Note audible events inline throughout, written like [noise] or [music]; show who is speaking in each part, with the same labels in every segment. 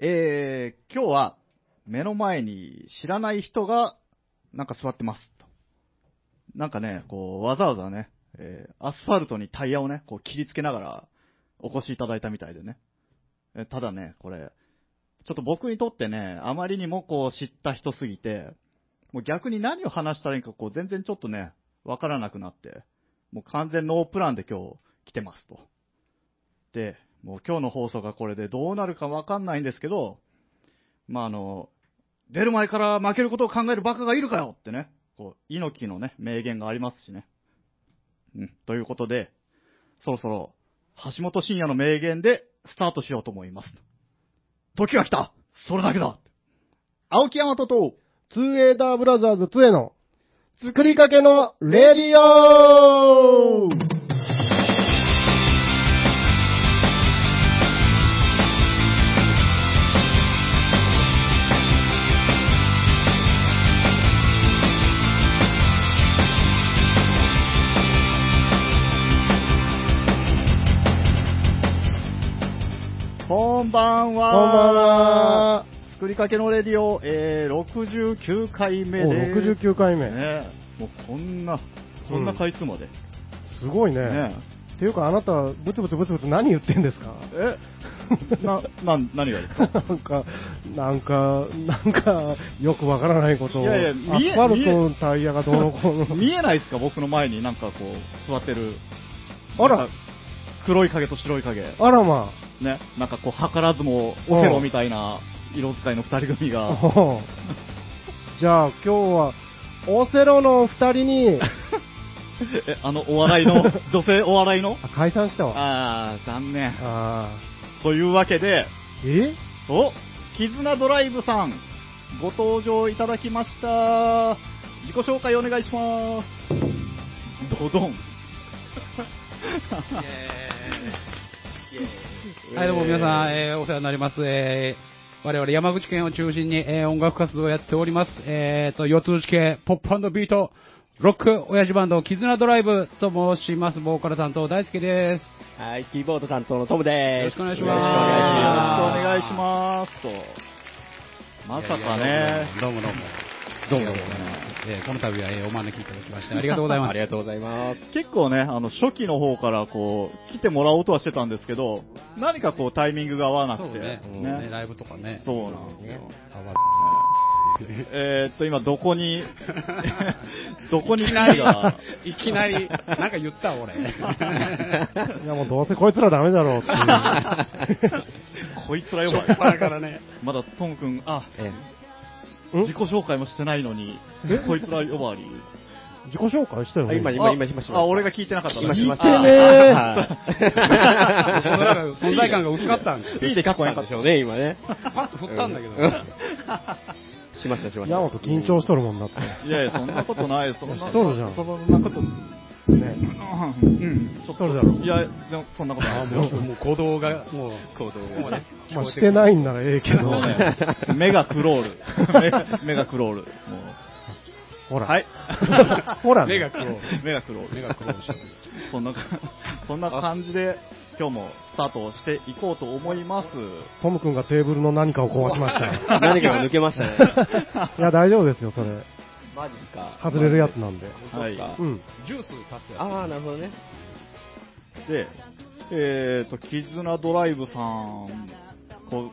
Speaker 1: えー、今日は目の前に知らない人がなんか座ってますと。なんかね、こう、わざわざね、えー、アスファルトにタイヤをね、こう切りつけながらお越しいただいたみたいでね。えただね、これ、ちょっと僕にとってね、あまりにもこう知った人すぎて、もう逆に何を話したらいいかこう全然ちょっとね、わからなくなって、もう完全ノープランで今日来てますと。で、もう今日の放送がこれでどうなるかわかんないんですけど、まああの、出る前から負けることを考えるバカがいるかよってね、こう、猪木のね、名言がありますしね。うん、ということで、そろそろ、橋本真也の名言でスタートしようと思います。時が来たそれだけだ青木山とと、
Speaker 2: ツーエーダーブラザーズ2への作りかけのレディオ
Speaker 1: こんばんは
Speaker 2: こんばんは
Speaker 1: 作りかけのレディオ、えー、69回目
Speaker 2: お
Speaker 1: です。
Speaker 2: 69回目、
Speaker 1: ねえもうこんな、こんな回数まで。
Speaker 2: すごいね
Speaker 1: ね
Speaker 2: っていうかあなたブツブツブツブツ何言ってんです
Speaker 1: [laughs]
Speaker 2: か
Speaker 1: ええ、な、 [laughs] な、何がですか
Speaker 2: なんか、なんか、なんか、よくわからないことを。
Speaker 1: いやいや
Speaker 2: アスフ
Speaker 1: 見え。
Speaker 2: ァルトのタイヤがどうのこうの
Speaker 1: 見えないですか僕の前になんかこう、座ってる。
Speaker 2: あら
Speaker 1: なんか黒い影と白い影。
Speaker 2: あらま
Speaker 1: ね。なんかこう、図らずも、オセロみたいな色使いの二人組
Speaker 2: あ。
Speaker 1: が。
Speaker 2: おう [laughs] じゃあ今日は、オセロのお二
Speaker 1: [laughs]
Speaker 2: 人に、
Speaker 1: [laughs] え、あの、お笑いの、女性お笑いの
Speaker 2: あ解散したわ。
Speaker 1: あー、残念。
Speaker 2: あ
Speaker 1: というわけで、
Speaker 2: ーえ
Speaker 1: お絆ドライブさん、ご登場いただきました。自己紹介お願いします。ドドン。
Speaker 3: [laughs] はい、どうも皆さん、えーお世話になります。えー我々山口県を中心に、えー音楽活動をやっております。えーと、四つ打ち系、ポップビート、ロック、親父バンド、絆ドライブと申します。ボーカル担当、大輔です。
Speaker 4: はい、キーボード担当のトムです。
Speaker 3: よろし
Speaker 1: よろし
Speaker 3: くお
Speaker 1: くお願
Speaker 3: 願
Speaker 1: いします。よろしくお願いします。と。まさかね。
Speaker 3: どうもどうも。どうもどうも。えーこの度は、えーお招きいただきまして、ありがとうございます。
Speaker 4: ありがとうございます。
Speaker 1: 結構ね、あの、初期の方からこう、来てもらおうとはしてたんですけど、何かこうタイミングが合わな
Speaker 3: そ
Speaker 1: く
Speaker 3: う
Speaker 1: て。
Speaker 3: ねね、ライブとかね。
Speaker 1: そうなんですよ。
Speaker 3: ね
Speaker 1: えーっと、今どこ [laughs] に、どこに何が、
Speaker 3: [laughs] いきなり、なんか言った俺。
Speaker 2: いやもうどうせこいつらダメだろうっていう。
Speaker 1: こいつら呼ば
Speaker 3: だからね。
Speaker 1: まだトム君、あ、
Speaker 4: え
Speaker 2: ん
Speaker 1: 自己紹介もしてないのに、こいつら呼ばわり。
Speaker 2: 自己紹介したよね。
Speaker 4: 今
Speaker 1: あ
Speaker 4: 今今しました
Speaker 1: あ、俺が聞いてなかった。
Speaker 4: 今しまし
Speaker 2: 似
Speaker 4: た。
Speaker 2: てねえ
Speaker 3: なん
Speaker 1: [laughs]
Speaker 3: か存在感が薄かったんだよ
Speaker 4: いいでかっこよかったでしょうね、今ね。
Speaker 3: パッと振ったんだけど。
Speaker 4: うしました、しました。
Speaker 2: ヤマト緊張しとるもんだって。
Speaker 1: いやいや、そんなことないです。そんな
Speaker 2: しとるじゃん
Speaker 1: そんなこと、
Speaker 2: ね。
Speaker 1: うん、
Speaker 2: しとるだろ。
Speaker 1: いや、でもそんなことない。
Speaker 3: もうもう行動が、もう、行動がね。
Speaker 2: まあしてないんならええけど
Speaker 1: も。うね、目がクロール。目が目がクロール。も
Speaker 2: ほ
Speaker 1: う
Speaker 2: ら。
Speaker 1: はい。
Speaker 2: [laughs] ほらね。
Speaker 3: 目が黒い。
Speaker 1: 目がクロール。
Speaker 3: 目が黒い
Speaker 1: そ
Speaker 2: [laughs]
Speaker 1: んなか、そんな感じで、今日もスタートしていこうと思います。
Speaker 2: トム君がテーブルの何かを壊しましたよ。
Speaker 4: 何かが抜けましたね。
Speaker 2: [laughs] いや、大丈夫ですよ、それ。
Speaker 4: マジか
Speaker 2: 外れるやつなんで。
Speaker 1: はい。
Speaker 2: うん。
Speaker 3: ジュース足すや
Speaker 4: ああ、なるほどね。
Speaker 1: で、えっ、ー、と、絆ドライブさん、こう、
Speaker 2: うん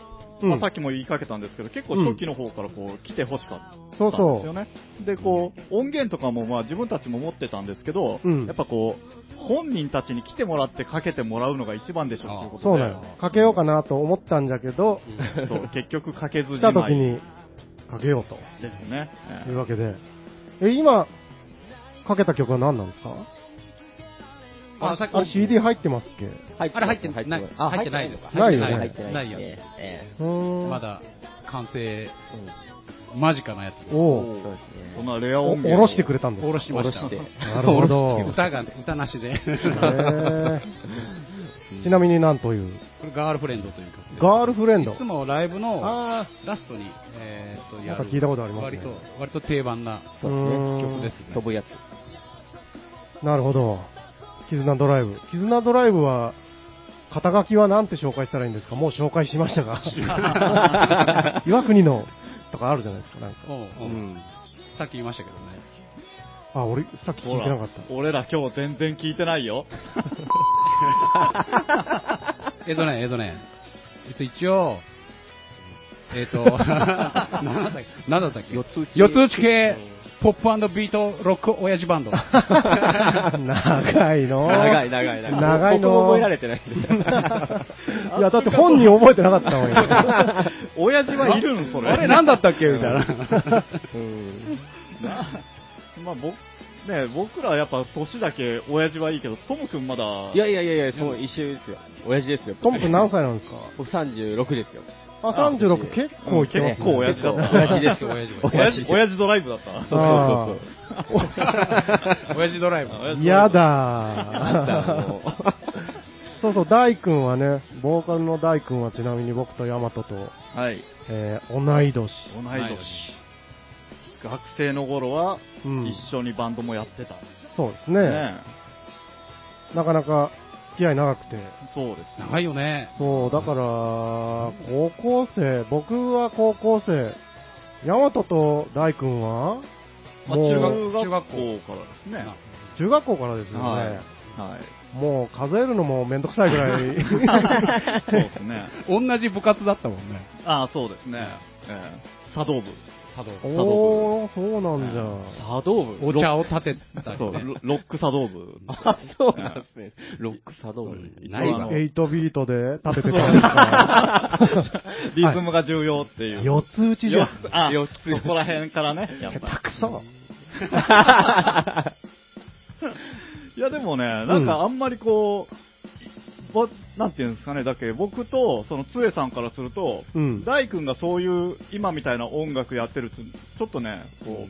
Speaker 1: まあさっきも言いかけたんですけど、結構初期の方からこう、来てほしかったん
Speaker 2: そう
Speaker 1: です
Speaker 2: そ
Speaker 1: よね。で、こう、音源とかもまあ自分たちも持ってたんですけど、
Speaker 2: うん
Speaker 1: やっぱこう、本人たちに来てもらってかけてもらうのが一番でしょうというこ
Speaker 2: う。
Speaker 1: とで。
Speaker 2: そうなの。かけようかなと思ったんじゃけど、
Speaker 1: そう結局かけず
Speaker 2: 来
Speaker 1: じま
Speaker 2: た
Speaker 1: い
Speaker 2: 時 [laughs] にかけようと
Speaker 1: ですね。え
Speaker 2: いうわけで。え、今、かけた曲は何なんですか
Speaker 3: あさっき
Speaker 2: あれ CD 入ってますっけう
Speaker 4: 入
Speaker 3: あれ入ってない
Speaker 4: あ
Speaker 3: 入ってないのか
Speaker 2: ないよね
Speaker 4: 入ってない
Speaker 3: ないよね
Speaker 4: ええ
Speaker 2: ーん。
Speaker 3: ま。だ完成
Speaker 4: うん
Speaker 3: 間近なやつです。
Speaker 2: お
Speaker 1: お
Speaker 2: う
Speaker 4: そうです
Speaker 1: え
Speaker 4: ね
Speaker 1: そんなレア
Speaker 2: お。
Speaker 1: 音源。
Speaker 2: おろしてくれたんですか
Speaker 3: おろしました。 [laughs]
Speaker 4: 下ろして
Speaker 2: なるほど。
Speaker 3: 歌が、歌なし [laughs] で。
Speaker 2: へーちなみになんという。
Speaker 3: これガールフレンドという曲で
Speaker 2: ガールフレンド
Speaker 3: いつ。もライブの
Speaker 2: あ
Speaker 3: ラストに、えーと、や
Speaker 2: なん
Speaker 3: る。
Speaker 2: か聞いたことありますね
Speaker 3: 割と、割と定番な。
Speaker 4: そう
Speaker 2: うーん
Speaker 4: で
Speaker 3: で
Speaker 4: すね。曲で
Speaker 3: す
Speaker 4: す。
Speaker 3: ね
Speaker 4: 飛ぶやつ。
Speaker 2: あ、なるほど。絆ドライブ。絆ドライブは、肩書きは何て紹介したらいいんですかもう紹介しました
Speaker 4: [laughs]
Speaker 2: が。岩国のとかあるじゃないですか、なんか。
Speaker 3: うん
Speaker 4: うん。
Speaker 3: さっき言いましたけどね。
Speaker 2: あ、俺、さっき聞いてなかった。
Speaker 1: 俺ら今日全然聞いてないよ。
Speaker 3: [laughs] えっとね、えっとね、えっと一応、えっと、何だったっけ何だったっけ
Speaker 4: 四つ打ち
Speaker 3: 四つ打ち系、ポップビートロック親父バンド。
Speaker 2: 長いの
Speaker 4: 長い長い長い。
Speaker 2: 長いの
Speaker 4: 僕も覚えられてないんで。
Speaker 2: [laughs] いや、だって本人覚えてなかったもん今
Speaker 1: [laughs] 親父はいるんそれ。
Speaker 3: あれ何だったっけみたいな。
Speaker 4: うん。
Speaker 1: な [laughs] まあ、僕、ね、僕らやっぱ年だけ親父はいいけど、トム君まだ、
Speaker 4: いやいやいやいや、その一周ですよ。親父ですよ。
Speaker 2: トム君何歳なんですか
Speaker 4: 僕36ですよ。
Speaker 2: あ、36、結構いってます
Speaker 1: 結
Speaker 2: ね
Speaker 1: 構親父だった。
Speaker 4: 親父ですよ
Speaker 3: 親父
Speaker 1: [laughs] 親父
Speaker 4: です
Speaker 1: 親父ドライブだった。
Speaker 2: あ
Speaker 4: そうそうそう
Speaker 3: 親父ドライブ。
Speaker 1: 親父ドライブ
Speaker 2: や。
Speaker 4: あ
Speaker 2: だ
Speaker 4: の
Speaker 2: そうそう、大君はね、ボーカルの大君はちなみに僕とヤマトと、
Speaker 1: はい。
Speaker 2: えー同い
Speaker 1: 同
Speaker 2: 年。
Speaker 1: い年。学生の頃は、
Speaker 2: うん
Speaker 1: 一緒にバンドもやってた。
Speaker 2: そうですね。
Speaker 1: ね
Speaker 2: なかなか付き合い長くて。
Speaker 1: そうですね。
Speaker 3: 長いよね。
Speaker 2: そう、だから、高校生、僕は高校生、ヤマトと大君は、
Speaker 1: まあ、
Speaker 2: もう
Speaker 1: 中
Speaker 3: う
Speaker 1: 学中学
Speaker 3: 中学
Speaker 1: 校からですね。
Speaker 2: 中学校からですよね。
Speaker 1: はい。はい。
Speaker 2: もう数えるのもめんどくさいぐ
Speaker 1: [laughs]
Speaker 2: らい。
Speaker 1: そうですね。
Speaker 3: 同じ部活だったもんね。
Speaker 1: ああ、そうですね。ええ茶道部。
Speaker 3: 茶道。
Speaker 2: おー、そうなんじゃ。
Speaker 4: 茶道部
Speaker 3: お茶を立てたり
Speaker 1: そう、
Speaker 3: ね
Speaker 1: ロ。ロック茶道部。
Speaker 4: あ、そうなんですね。ロック茶道部。
Speaker 3: ないわ。
Speaker 2: 8ビートで立ててたんです
Speaker 1: [laughs]
Speaker 2: か
Speaker 1: リズムが重要っていう。
Speaker 2: 四つ打ちじゃん。
Speaker 1: あ、
Speaker 4: 四つ
Speaker 1: そこら辺からね。やっぱ
Speaker 2: 下手く
Speaker 1: [laughs]
Speaker 2: そ。
Speaker 1: いや、でもね、なんかあんまりこう、ぼなんていうんですかね、だけ僕と、その、つえさんからすると、
Speaker 2: うん。
Speaker 1: 大君がそういう、今みたいな音楽やってるつ、ちょっとね、こ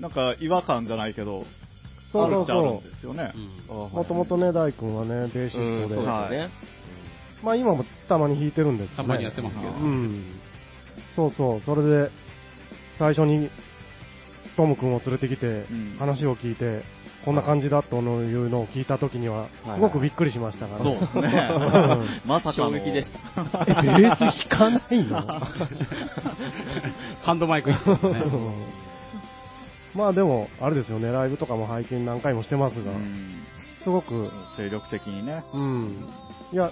Speaker 1: う、なんか違和感じゃないけど、
Speaker 2: そうそう
Speaker 1: あるっちゃあるん
Speaker 2: そ
Speaker 1: ですよね
Speaker 3: う。ん
Speaker 4: あはい
Speaker 2: もともとね、大君はね、ベーシ
Speaker 4: う
Speaker 2: ス
Speaker 4: んそ
Speaker 2: ト
Speaker 4: う
Speaker 2: で
Speaker 4: です。ね。
Speaker 2: まあ今もたまに弾いてるんですけどね
Speaker 3: たまにやってますけど
Speaker 2: う。ん。そうそう、それで、最初に、トム君を連れてきて
Speaker 1: ん、
Speaker 2: 話を聞いて、こんな感じだというのを聞いたときには、
Speaker 4: はい
Speaker 2: すごくびっくりしましたから。
Speaker 1: そうです
Speaker 2: [laughs]
Speaker 1: ね。まさかの。
Speaker 4: 衝撃でした。
Speaker 2: ベース弾かないの
Speaker 3: ハンドマイク一本ね。
Speaker 2: [laughs] まあでも、あれですよね、ライブとかも拝見何回もしてます
Speaker 1: う
Speaker 2: が、
Speaker 1: ん
Speaker 2: すごく、
Speaker 1: 精力的にね。
Speaker 2: うん。いや、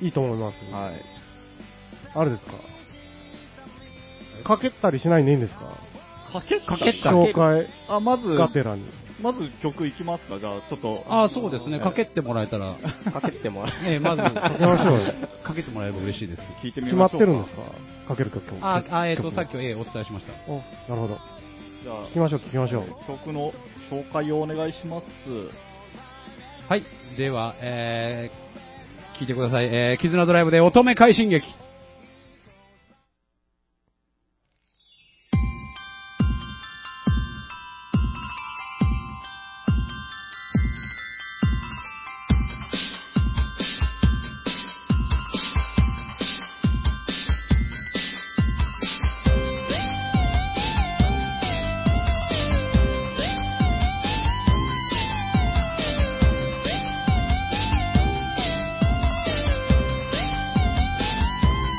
Speaker 2: いいと思います。
Speaker 1: はい。
Speaker 2: あれですかかけたりしないんでいいんですか
Speaker 1: かけ
Speaker 3: かけた
Speaker 2: 紹介
Speaker 1: あ、まず、
Speaker 2: がてらに。
Speaker 1: まず曲いきますかじゃあ、ちょっと。
Speaker 3: ああ、そうですね。かけてもらえたら、
Speaker 4: かけてもら
Speaker 3: [laughs] ええまず、か
Speaker 2: けましょうよ
Speaker 3: かけてもらえれば嬉しいです。
Speaker 1: 聞いてみ
Speaker 2: 決ま
Speaker 1: ま
Speaker 2: っ
Speaker 1: しょ
Speaker 2: て
Speaker 1: う
Speaker 2: るんですかかける曲も。
Speaker 3: あ、あえっ、と、さっ
Speaker 2: き。
Speaker 3: き、ええお伝えしました。
Speaker 2: お、なるほど。
Speaker 1: じゃあ
Speaker 2: 聞きましょう、聞きましょう。
Speaker 1: 曲の紹介をお願いします。
Speaker 3: はい。では、えー、聞いてください。えー、絆ドライブで乙女快進撃。
Speaker 5: 「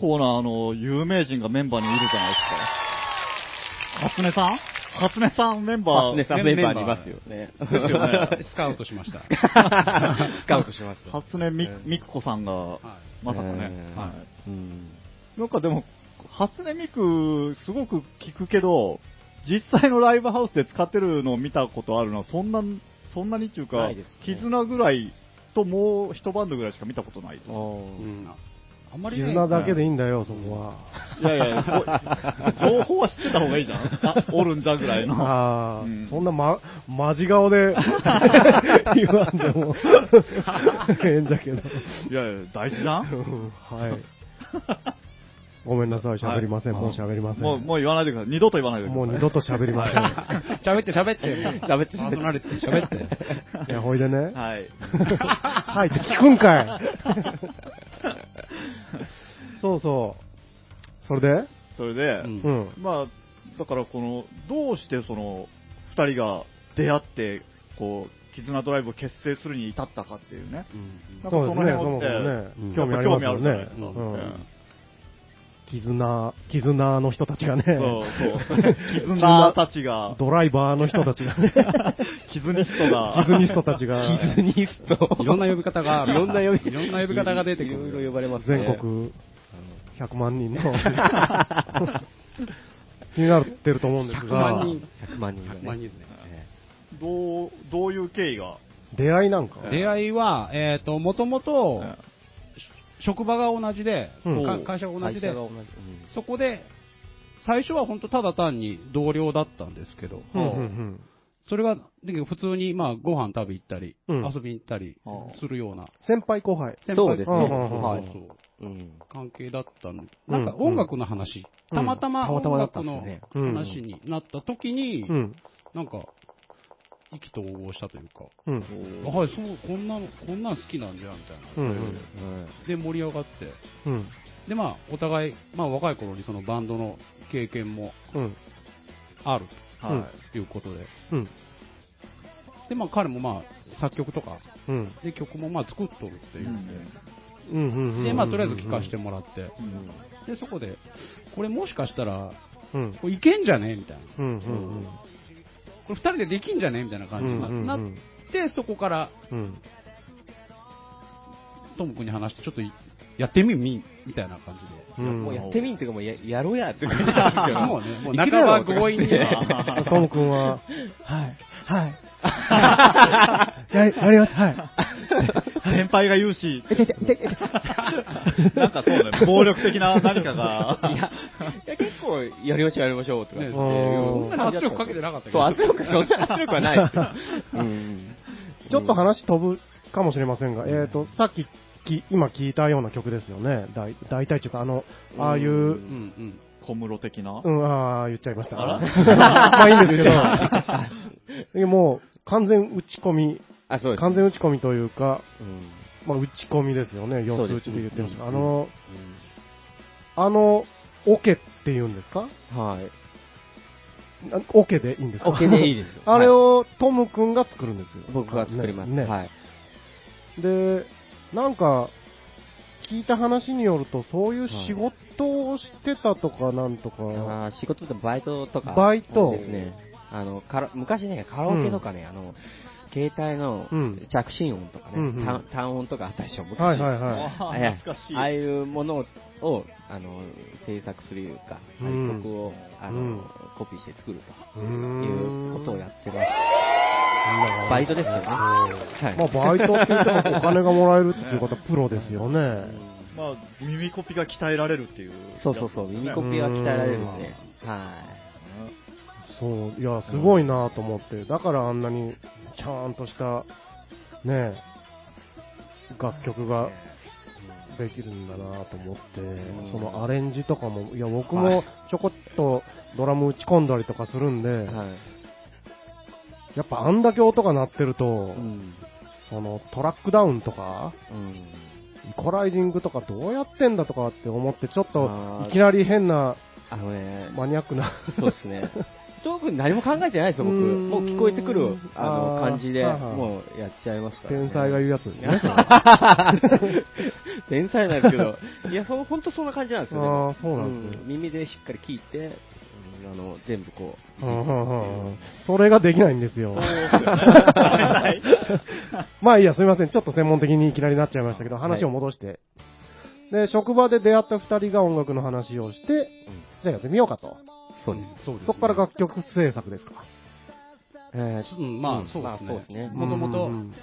Speaker 1: 構な、あの、有名人がメンバーにいるじゃないですか。初音さん初音さんメンバー。
Speaker 4: 初音さんメンバーにい
Speaker 1: メ
Speaker 4: ますよね。
Speaker 1: ですよ
Speaker 4: [laughs]
Speaker 1: ね
Speaker 3: スカウトしました。
Speaker 4: スカウトしました。
Speaker 1: 初音み
Speaker 4: うん
Speaker 1: みくこさんが、まさかね
Speaker 4: え。ー
Speaker 1: は
Speaker 4: うん。
Speaker 1: いなんかでも、初音ミク、すごく聞くけど、実際のライブハウスで使ってるのを見たことあるのは、そんな、そんなにっていうか、
Speaker 4: ないですね
Speaker 1: 絆ぐらいともう一バンドぐらいしか見たことない。
Speaker 3: うんあんまりね、
Speaker 2: 絆だけでいいんだよ、そこは。
Speaker 1: いやいや、こ情報は知ってた方がいいじ
Speaker 2: [laughs]
Speaker 1: ゃん。あ、おるんじゃぐらいの。
Speaker 2: ああ、
Speaker 1: うん
Speaker 2: そんなま、マジ顔で
Speaker 1: [laughs]
Speaker 2: 言わんでも、変じゃけど。
Speaker 1: いやいや、大事じゃん
Speaker 2: はい。ごめんなさい、喋りません、もう喋りません。
Speaker 1: もう、もう言わないでください。二度と言わないでくださ
Speaker 2: も
Speaker 1: い。
Speaker 2: う二度と喋りません。
Speaker 3: [laughs] 喋って喋って。
Speaker 4: 喋って
Speaker 3: パーソナリティ喋って。
Speaker 2: いや、ほいでね。
Speaker 1: はい。
Speaker 2: はいって聞くんかい。そうそう。それで
Speaker 1: それで、
Speaker 4: うん
Speaker 2: うん。
Speaker 1: まあ、だからこの、どうしてその、二人が出会って、こう、絆ドライブを結成するに至ったかっていうね。なんかそ
Speaker 2: そ
Speaker 1: の
Speaker 2: うで
Speaker 1: 辺
Speaker 2: すね、そ
Speaker 1: を
Speaker 2: も
Speaker 1: っ
Speaker 2: そもね
Speaker 1: て、、
Speaker 2: 興味あります
Speaker 1: やっ
Speaker 2: よ
Speaker 1: ぱ興味ある
Speaker 2: ね。
Speaker 1: じゃ
Speaker 2: う
Speaker 1: ない [laughs]
Speaker 2: ん絆、絆の人たちがね、
Speaker 1: ですか
Speaker 2: [laughs]
Speaker 1: うんそうそう。絆たちが、
Speaker 2: ドライバーの人たちがね、
Speaker 1: [laughs] 絆ニストが、
Speaker 2: [laughs] 絆ニストたちが、
Speaker 4: キズニスト。
Speaker 3: いろんな呼び方が、い
Speaker 4: いろんな呼
Speaker 3: い
Speaker 4: び、
Speaker 3: ろんな呼び方が出てく
Speaker 4: いろいろ呼
Speaker 3: る。
Speaker 4: ばれますね。
Speaker 2: 全国100万人の、気になってると思うんです
Speaker 3: 100
Speaker 2: が
Speaker 3: 万、人。
Speaker 4: 100万人がね。
Speaker 3: 100万人ね。
Speaker 4: え
Speaker 1: どう、どういう経緯が、
Speaker 2: 出会いなんか、
Speaker 3: 出会いは、えっと、もともと、職場が同じで、
Speaker 2: うん
Speaker 3: か会社
Speaker 4: え
Speaker 3: が同じで
Speaker 4: 会社が、同じ
Speaker 3: そこで、最初は本当ただ単に同僚だったんですけど、
Speaker 2: うんうん
Speaker 3: それが、だけど普通にまあご飯食べ行ったり、
Speaker 2: うん
Speaker 3: 遊びに行ったりするような、
Speaker 2: 先輩後輩。
Speaker 3: 先輩
Speaker 4: そうですね
Speaker 3: そうそうそう
Speaker 4: はい
Speaker 3: そう
Speaker 4: うんうん
Speaker 3: 関係だったの。
Speaker 2: うん
Speaker 3: なんか音楽の話、
Speaker 2: うん
Speaker 3: たまたま
Speaker 4: たまた
Speaker 3: 音
Speaker 4: まだった
Speaker 3: 楽
Speaker 4: んですよ
Speaker 3: の
Speaker 4: ね
Speaker 3: 話になった時に、
Speaker 2: うん。
Speaker 3: なんか、意気投合したというか、
Speaker 2: うん。
Speaker 3: あはい、そう、こんなの、こんなん好きなんじゃん、みたいな。
Speaker 2: うん。
Speaker 4: うん
Speaker 3: で、盛り上がって、
Speaker 2: うん。
Speaker 3: で、まあ、お互い、まあ、若い頃にそのバンドの経験も
Speaker 2: うん。
Speaker 3: ある
Speaker 2: うん
Speaker 1: は
Speaker 3: ということで、
Speaker 2: うん。
Speaker 3: で、まあ、彼もまあ、作曲とか、
Speaker 2: うん。
Speaker 3: で、曲もまあ、作っとるって
Speaker 1: い。
Speaker 3: いう
Speaker 1: うん
Speaker 3: で、
Speaker 1: ん
Speaker 2: うんうんうんうん
Speaker 3: で、まあ、とりあえず聞かせてもらって、
Speaker 1: うん
Speaker 3: で、そこで、これもしかしたら、
Speaker 2: うん。
Speaker 3: これいけんじゃねみたいな。
Speaker 2: うんうん
Speaker 3: これ二人でできんじゃねみたいな
Speaker 2: う
Speaker 3: 感じに
Speaker 2: ん。
Speaker 3: ななって、そこから、
Speaker 2: うん。
Speaker 3: ともくんに話して、ちょっといやってみみ、みたいな感じで。
Speaker 2: うん
Speaker 4: もうやってみんっていうか、もうややろうやって感じなんですよ。
Speaker 3: もうね、もう
Speaker 4: いけ
Speaker 3: 半
Speaker 4: るやろ
Speaker 3: ば強引に。
Speaker 2: トム君は、はい、はい。やり、やります、はい。
Speaker 1: 先輩が言うし、なんかそうだね、暴力的な何か
Speaker 4: いや
Speaker 1: が、、
Speaker 4: いや結構、やりましょう、やりましょうとか言っ
Speaker 3: ね
Speaker 4: て。
Speaker 2: そん
Speaker 3: なに圧力かけてなかったけど
Speaker 4: そう、圧力、そんな圧力はないですよ。うん
Speaker 2: ちょっと話飛ぶかもしれませんが、えっと、さっき、き今聴いたような曲ですよね。だい大体というか、あの、ああいう
Speaker 3: うん
Speaker 2: う、
Speaker 3: うん。
Speaker 1: 小室的な
Speaker 2: う。ん、ああ、言っちゃいました。
Speaker 1: あら
Speaker 2: [laughs] まあいいんです
Speaker 4: [laughs]
Speaker 2: けど、もう、完全打ち込み、
Speaker 4: あ、そうです。
Speaker 2: 完全打ち込みというか、
Speaker 4: うん
Speaker 2: まあ打ち込みですよね。四つ打ちで言ってました。あの、
Speaker 4: うん
Speaker 2: あの、オケって言うんですか [laughs]
Speaker 4: はい。
Speaker 2: なオケでいいんですか
Speaker 4: オケでいいです
Speaker 2: [laughs]
Speaker 4: よ
Speaker 2: あれをトム君が作るんですよ。
Speaker 4: 僕が作ります。
Speaker 2: ね。ね
Speaker 4: はい。
Speaker 2: で、なんか、聞いた話によると、そういう仕事をしてたとかなんとか、
Speaker 4: あー仕事とバイトとか。
Speaker 2: バイト
Speaker 4: ですね。あの、カラ昔ね、カラオケとかね、あの、携帯の
Speaker 2: うん
Speaker 4: 着信音とかね、
Speaker 2: うんうん
Speaker 4: 単単音とかあったでしょ、昔。
Speaker 2: はいはいは
Speaker 1: あ
Speaker 4: いや
Speaker 1: ー懐かしい。
Speaker 4: ああいうものを、あの、制作するいうか、
Speaker 2: うん
Speaker 4: 曲を、あ
Speaker 2: う
Speaker 4: の
Speaker 2: ん、
Speaker 4: コピーして作る
Speaker 2: い。う
Speaker 4: と
Speaker 2: ー
Speaker 4: い
Speaker 2: ん
Speaker 4: うことをやってま
Speaker 2: う
Speaker 4: す。
Speaker 2: ん
Speaker 4: バイトですよね。
Speaker 2: まあ、バイトって言ってもお金がもらえるっていう方、プロですよね。
Speaker 1: まあ、耳コピが鍛えられるっていう、
Speaker 4: そうそうそう、耳コ
Speaker 2: ピ
Speaker 4: ピ
Speaker 2: ー
Speaker 4: ー
Speaker 2: は
Speaker 4: は
Speaker 2: 鍛え
Speaker 4: 鍛え
Speaker 2: ら
Speaker 4: ら
Speaker 2: れ
Speaker 4: れ
Speaker 2: る
Speaker 4: る
Speaker 2: ん
Speaker 4: ん
Speaker 2: で
Speaker 4: ですす
Speaker 2: ね
Speaker 4: ね。は
Speaker 2: そう、いや、すごいなと思って、だからあんなに、ちゃんとした、ねえ、楽曲ができるんだなと思って、そのアレンジとかも、いや、僕
Speaker 4: は
Speaker 2: も
Speaker 4: い
Speaker 2: ちょこっとドラム打ち込んだりとかするんで
Speaker 4: い。、はい。
Speaker 2: やっぱあんだけ音が鳴ってると
Speaker 4: う、ん。
Speaker 2: そのトラックダウンとか、
Speaker 4: うん。
Speaker 2: イコライジングとかどうやってんだとかって思って、ちょっと
Speaker 4: あー
Speaker 2: いきなり変な
Speaker 4: あのね、
Speaker 2: マニアックな、
Speaker 4: そうですね。特に何も考えてないですよ、僕。
Speaker 2: うーん
Speaker 4: もう聞こえてくる、あの、
Speaker 2: あー
Speaker 4: 感じで、
Speaker 2: はいはい
Speaker 4: もうやっちゃいますから、
Speaker 2: 天才が言うやつですね。
Speaker 4: [laughs] 天才なんですけど、いや、そう、本当そんな感じなんですよね。
Speaker 2: あーそうなんですね
Speaker 4: 耳でしっかり聞いて、うんあの、全部こう。
Speaker 2: うんうんうんそれができないんですよ。
Speaker 4: はい
Speaker 2: [laughs] まあいいや、すみません。ちょっと専門的にいきなりなっちゃいましたけど、話を戻して。で、職場で出会った二人が音楽の話をして、じゃあやってみようかと。
Speaker 4: そうです。
Speaker 3: そうですね
Speaker 2: そこから楽曲制作ですか。
Speaker 4: えー
Speaker 3: うん、まあ
Speaker 4: うん
Speaker 3: そう
Speaker 4: まあそう
Speaker 3: で
Speaker 4: ですすね
Speaker 3: ね。もとも
Speaker 2: う
Speaker 3: と
Speaker 2: んうん、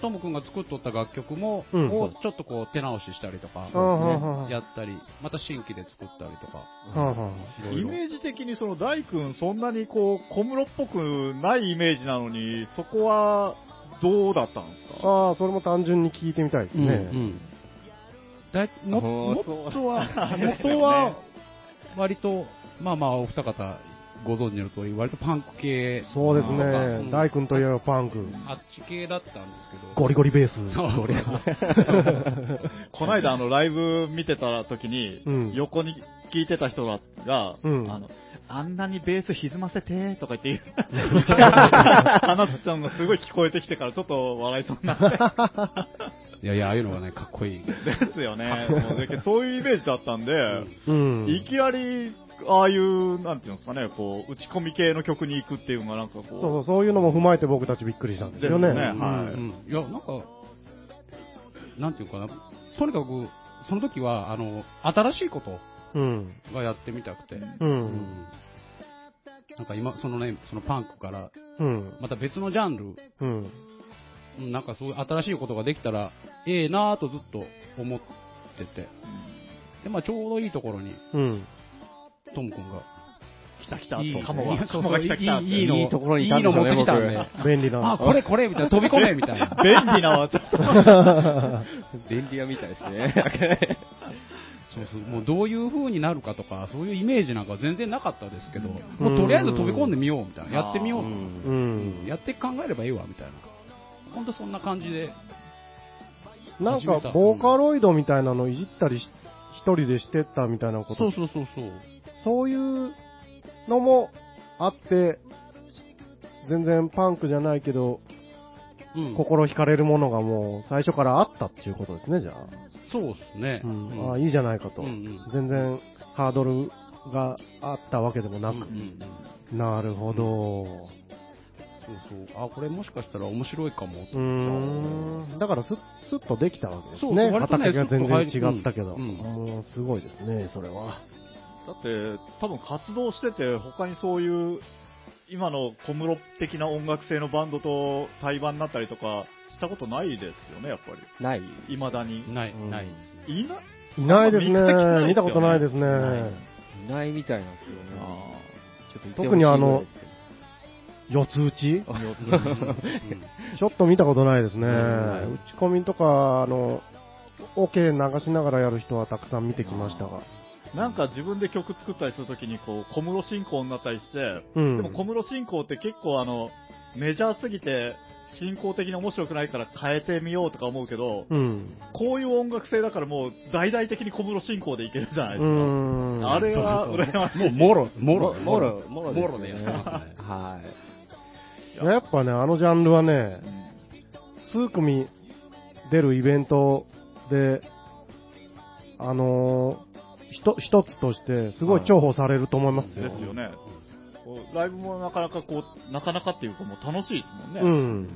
Speaker 3: トム君が作っとった楽曲も、
Speaker 2: うん
Speaker 3: をちょっとこう手直ししたりとか、
Speaker 2: うんうんうん
Speaker 3: やったり、また新規で作ったりとか、
Speaker 2: うんうん
Speaker 3: いろい
Speaker 1: イ
Speaker 3: ろ
Speaker 1: メージ的にその大君そんなにこう小室っぽくないイメージなのにそこはどうだったんですか
Speaker 2: ああ、それも単純に聞いてみたいです
Speaker 3: うんう
Speaker 2: ね。
Speaker 3: んだいも
Speaker 4: あーそう
Speaker 3: 元は、
Speaker 1: ですよね
Speaker 3: 元は、割と、まあまあ、お二方ご存知の通り、割とパンク系、
Speaker 2: そうです
Speaker 3: う
Speaker 2: ね。
Speaker 3: ん
Speaker 2: 大君といえばパンク。
Speaker 3: あっち系だったんですけど、
Speaker 2: ゴリゴリベース。
Speaker 3: そうゴリゴ
Speaker 1: こないだあのライブ見てた時に、
Speaker 2: うん
Speaker 1: 横に聞いてた人が、
Speaker 2: うん
Speaker 1: あのあんなにベース歪ませてとか言って言
Speaker 3: [laughs]
Speaker 1: う話したのがすごい聞こえてきてからちょっと笑いそうになって
Speaker 3: [laughs] いやいや、ああいうのがね、かっこいい。
Speaker 1: ですよね。もうだけどそういうイメージだったんで、
Speaker 2: うん。
Speaker 1: いきなり、ああいう、なんていうんですかね、こう、打ち込み系の曲に行くっていうのがなんかこう、
Speaker 2: そうそう、そういうのも踏まえて僕たちびっくりしたんですよね。
Speaker 1: ですねはい
Speaker 3: うんいや、なんか、なんていうかな、とにかく、その時は、あの、新しいこと
Speaker 2: うん。
Speaker 3: がやってみたくて、
Speaker 2: う。
Speaker 3: うんんなんか今、そのね、そのパンクから、
Speaker 2: うん。
Speaker 3: また別のジャンル、
Speaker 2: うん。
Speaker 3: うんなんかそういう新しいことができたら、ええなぁとずっと思ってて、で、まあちょうどいいところに、
Speaker 2: うん。
Speaker 3: トム君が、
Speaker 1: 来た来た
Speaker 3: いい
Speaker 1: と、カモ
Speaker 3: いや
Speaker 1: が、
Speaker 3: そ
Speaker 1: カ
Speaker 3: う
Speaker 1: モ
Speaker 3: そう
Speaker 1: が来た来たって。
Speaker 3: いいの
Speaker 4: いいところに
Speaker 3: い
Speaker 4: い
Speaker 3: い
Speaker 4: たんで
Speaker 3: の
Speaker 4: す
Speaker 3: 持
Speaker 4: よ
Speaker 3: っ
Speaker 4: ね
Speaker 3: てきたんで、
Speaker 2: 便利な
Speaker 3: あ、。これこれみたいな、飛び込めみたいな。
Speaker 1: 便利な
Speaker 3: [laughs]
Speaker 1: 技。
Speaker 4: 便利屋みたいですね。
Speaker 3: そうそう、もうどういう風になるかとか、そういうイメージなんか全然なかったですけど、もうとりあえず飛び込んでみようみたいな、やってみよう
Speaker 4: [laughs] う
Speaker 3: と、
Speaker 4: ん
Speaker 2: うん。
Speaker 3: やって考えればいいわみたいな、ほんとそんな感じで、
Speaker 2: なんか、ボーカロイドみたいなのいじったりし、一人でしてたみたいなこと。
Speaker 3: そうそうそうそう、
Speaker 2: そういうのもあって、全然パンクじゃないけど、
Speaker 3: うん、
Speaker 2: 心惹かれるものがもう最初からあったっていうことですね、じゃあ。
Speaker 3: そうですね、
Speaker 2: うん
Speaker 3: うん
Speaker 2: ああいいじゃないかと、
Speaker 3: うんうん
Speaker 2: 全然ハードルがあったわけでもなく、
Speaker 3: うんうんうん
Speaker 2: なるほど、
Speaker 3: そうそう、あ、これもしかしたら面白いかも
Speaker 2: う
Speaker 3: と。
Speaker 2: ーん、だからすすっとできたわけです
Speaker 3: そう
Speaker 2: ね、
Speaker 3: そう割とね
Speaker 2: 畑が全然違ったけど、
Speaker 3: うん
Speaker 2: うんすごいですね、それは。
Speaker 1: だって、多分活動してて、他にそういう、今の小室的な音楽性のバンドと対バンになったりとか、したことないですよね、やっぱり。
Speaker 4: ない。
Speaker 1: 未だに。
Speaker 3: ない、
Speaker 2: うん
Speaker 3: ないですね。
Speaker 1: いない
Speaker 2: ないです
Speaker 1: あん
Speaker 2: ね、
Speaker 1: ま
Speaker 2: 見
Speaker 1: 見
Speaker 2: た
Speaker 1: た
Speaker 2: こ
Speaker 1: ことと
Speaker 2: な
Speaker 1: ないい
Speaker 2: で
Speaker 1: ですす
Speaker 2: ね
Speaker 1: よね、
Speaker 4: いないみたいなんですよね。
Speaker 1: あ
Speaker 4: ちょっと言ってほしい
Speaker 2: 特にあ
Speaker 4: ぐらい
Speaker 2: の
Speaker 4: ですけど
Speaker 2: 四つ打ち、
Speaker 1: あ
Speaker 4: [laughs]
Speaker 2: ちょっと見たことないですね、
Speaker 4: うん
Speaker 2: 打ち込みとか、あの、オ、ケ、流しながらやる人はたくさん見てきましたが、
Speaker 1: なんか自分で曲作ったりするときに、こう、小室進行になったりして、
Speaker 2: うん、
Speaker 1: でも小室進行って結構あの、メジャーすぎて、進行的に面白くないから変えてみようとか思うけど、
Speaker 2: うん、
Speaker 1: こういう音楽性だからもう大々的に小室進行でいけるじゃないうです
Speaker 2: ん
Speaker 1: か。あれは羨ましい。
Speaker 3: もう、もろ、もろ、
Speaker 4: もろ、もろ
Speaker 3: もろで
Speaker 4: で
Speaker 3: や
Speaker 4: す
Speaker 3: っ
Speaker 4: ね。
Speaker 3: てますね。
Speaker 4: はい。
Speaker 2: やっぱね、あのジャンルはね
Speaker 1: う、ん
Speaker 2: 数組出るイベントで、あのー、ひと一つとして、すごい重宝されると思いますよ。
Speaker 1: ですよね。こうライブもなかなかこう、なかなかっていうかもう楽しいですもんね。
Speaker 2: うん。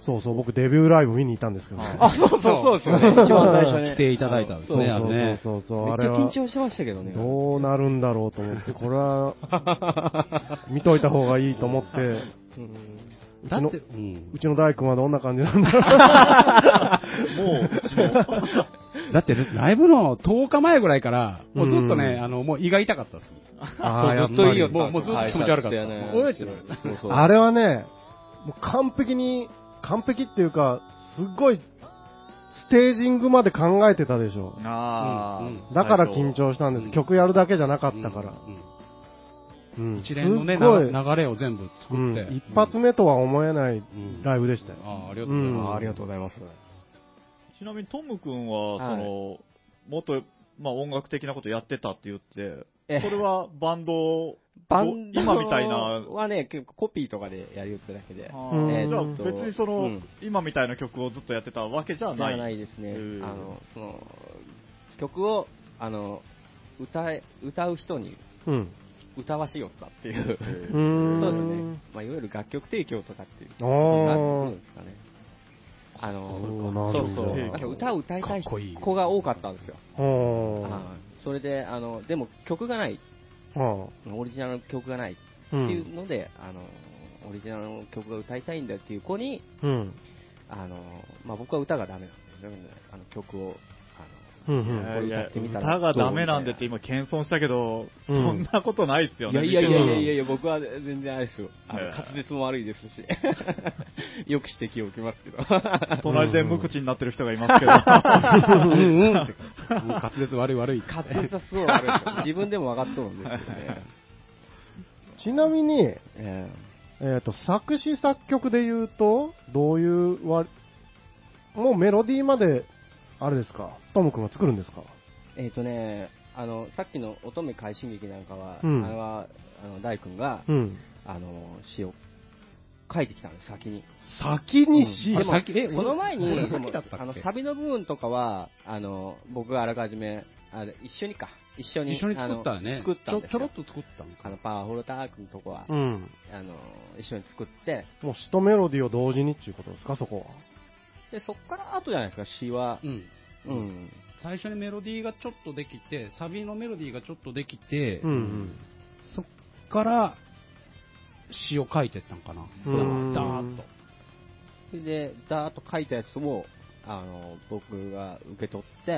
Speaker 2: そうそう、僕デビューライブ見に行ったんですけど、
Speaker 1: はい
Speaker 4: [laughs] あ、そうそうそうですよね。一番最初ね。
Speaker 3: 来ていただいたんですね、あ
Speaker 2: そう
Speaker 3: れね。
Speaker 2: そうそうそう、
Speaker 4: め
Speaker 2: あ
Speaker 4: っ
Speaker 2: れ
Speaker 4: ちゃ
Speaker 2: は。
Speaker 4: 緊張してましたけどね。
Speaker 2: どうなるんだろうと思って、これは、見といた方がいいと思 [laughs] って、
Speaker 4: うん
Speaker 2: う
Speaker 3: だ
Speaker 2: ち
Speaker 3: っ
Speaker 2: の
Speaker 3: て、、うん
Speaker 2: うちの大工はどんな感じなんだろう。
Speaker 1: もう、うちも。
Speaker 3: [laughs] だって、ライブの10日前ぐらいから、もうずっとね、
Speaker 2: うん
Speaker 3: あの、もう胃が痛かったです。
Speaker 2: [laughs] あーやっぱり
Speaker 4: ずっといいよ。
Speaker 3: もうもうずっと気持ち悪かった
Speaker 4: はいだよね
Speaker 3: おいってなる
Speaker 4: そうそう
Speaker 2: あれはね、もう完璧に、完璧っていうか、すっごい、ステージングまで考えてたでしょ。
Speaker 1: あ
Speaker 3: う
Speaker 1: ー
Speaker 2: だから緊。張したんです。
Speaker 3: うん
Speaker 2: 曲やるだけじゃなかったから。
Speaker 3: う
Speaker 2: うん
Speaker 3: ん一連のね、
Speaker 2: すっごい
Speaker 3: な流れを全部
Speaker 2: う
Speaker 3: 作って。
Speaker 2: ん、一発目とは思えない
Speaker 3: うん
Speaker 2: ライブでしたよ。
Speaker 3: ああ、ありがとうござい
Speaker 4: あ
Speaker 3: ま
Speaker 4: ー
Speaker 3: す。
Speaker 4: ありがとうございます。
Speaker 1: ちなみにトム君は、
Speaker 4: は
Speaker 1: そ
Speaker 4: い
Speaker 1: の、もっと、まあ音楽的なことやってたって言って、
Speaker 4: ええ
Speaker 1: それはバンド
Speaker 4: バンド
Speaker 1: 今みたいな
Speaker 4: はね、結構コピーとかでやるだけで。
Speaker 1: あ
Speaker 2: うん
Speaker 1: ーじゃあ別にその、
Speaker 4: うん
Speaker 1: 今みたいな曲をずっとやってたわけじゃ
Speaker 4: じゃ
Speaker 1: ない。
Speaker 4: あないですね。
Speaker 1: う
Speaker 4: あ
Speaker 1: ん
Speaker 4: の、その、曲を、あの、歌え、歌う人に
Speaker 2: うん。
Speaker 4: 歌わしよったっていう。
Speaker 2: うーん
Speaker 4: そうですね。まあ、いわゆる楽曲提供とかっていう。
Speaker 2: あ
Speaker 4: な
Speaker 2: ー
Speaker 4: んですかね。あの、
Speaker 2: そうなんだ
Speaker 4: そうそう。
Speaker 1: じゃあ
Speaker 4: なんか歌を歌いたい
Speaker 3: かっこいい
Speaker 4: 子が多かったんですよ。
Speaker 2: あー。
Speaker 4: はいそれで、あの、でも曲がない、
Speaker 2: あ
Speaker 4: オリジナルの曲がないっ
Speaker 2: ー。う。
Speaker 4: ていうんので、あの、オリジナルの曲が歌いたいんだっていう子に、
Speaker 2: うん。
Speaker 4: あの、まあ、僕は歌がダメなんで、なのであの曲を、
Speaker 2: うん。う
Speaker 1: い
Speaker 2: ん。
Speaker 1: やいや
Speaker 4: 歌ってみたら
Speaker 1: 歌がダメなんでって今謙遜したけど、
Speaker 2: うん
Speaker 1: そんなことないです
Speaker 4: あ
Speaker 1: よ
Speaker 4: の、いや
Speaker 1: ね。
Speaker 4: いやいやいや
Speaker 2: うん
Speaker 4: いやいや、僕は全然あれですよ。あの
Speaker 1: ええ
Speaker 4: 滑舌も悪いですし、
Speaker 1: [laughs]
Speaker 4: よく指摘を受けますけど。
Speaker 1: 隣で無口になってる人がいますけど。
Speaker 4: [laughs]
Speaker 3: うんうんって。もう滑舌悪い悪い。
Speaker 4: 滑舌はすごい悪いですよ。 [laughs] 自分でも分かっとるんです
Speaker 1: [laughs]
Speaker 4: よね。
Speaker 2: ちなみに、
Speaker 4: え
Speaker 2: えっ、と、作詞作曲で言うと、どういうわ、もうメロディーまで、あれですか、トム君が作るんですか
Speaker 4: ええーとね、あの、さっきの乙女快進撃なんかは、
Speaker 2: うん
Speaker 4: あれは、あの、大君が、
Speaker 2: うん。
Speaker 4: あの、詩を書いてきたんです、先に。
Speaker 2: 先に
Speaker 4: う
Speaker 2: 詞、
Speaker 4: んでも
Speaker 3: 先え
Speaker 4: その前に、
Speaker 3: 俺
Speaker 4: そ
Speaker 3: 先だったっけ
Speaker 4: のあのサビの部分とかは、あの、僕があらかじめ、あれ、一緒にか、一緒に、
Speaker 3: 一緒に作ったよ
Speaker 4: あの
Speaker 3: ね。
Speaker 4: 作ったんです
Speaker 3: ちょ
Speaker 4: よ
Speaker 3: ろっと作ったのか
Speaker 4: あの、パワフルタークのとこは、
Speaker 2: うん。
Speaker 4: あの、一緒に作って、
Speaker 2: もう詞とメロディーを同時にっていうことですか、そこは。
Speaker 4: で、そっから後じゃないですか、詩は
Speaker 3: う。ん。
Speaker 4: うん。
Speaker 3: 最初にメロディーがちょっとできて、サビのメロディーがちょっとできて、
Speaker 2: うん
Speaker 3: そっから詩を書いてったんかな。ダ
Speaker 2: うん
Speaker 3: ーダーッと。
Speaker 4: それで、ダーッと書いたやつも、あの、僕が受け取って、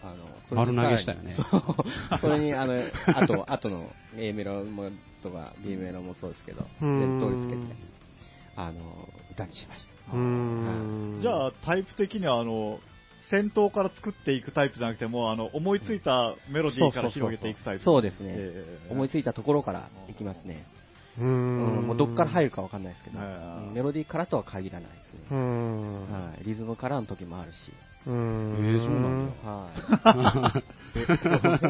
Speaker 4: あの、それ
Speaker 3: 丸
Speaker 4: に
Speaker 3: 投げしたよね
Speaker 4: さらにそうそれに、あの、あと、あとの A メロもとか B メロもそうですけど、
Speaker 2: うん
Speaker 4: 全部取り付けて、あの、歌にしました。
Speaker 2: うん。うん。
Speaker 1: じゃ
Speaker 2: あ、
Speaker 1: あタイプ的にはあの、先頭から作っていくタイプじゃなくて、もうあの、思いついたメロディーから広げていくタイプ。
Speaker 4: そうですね、
Speaker 1: ええ
Speaker 4: 思いついたところからいきますね。
Speaker 2: う
Speaker 4: うんん、もうどっから入るかわかんないですけど、
Speaker 1: ええ
Speaker 4: うんメロディーからとは限らないです
Speaker 2: う
Speaker 4: ね。
Speaker 2: ん。
Speaker 4: はい、リズムからの時もあるし、
Speaker 2: うん。
Speaker 3: えーそうなんだ
Speaker 4: はい。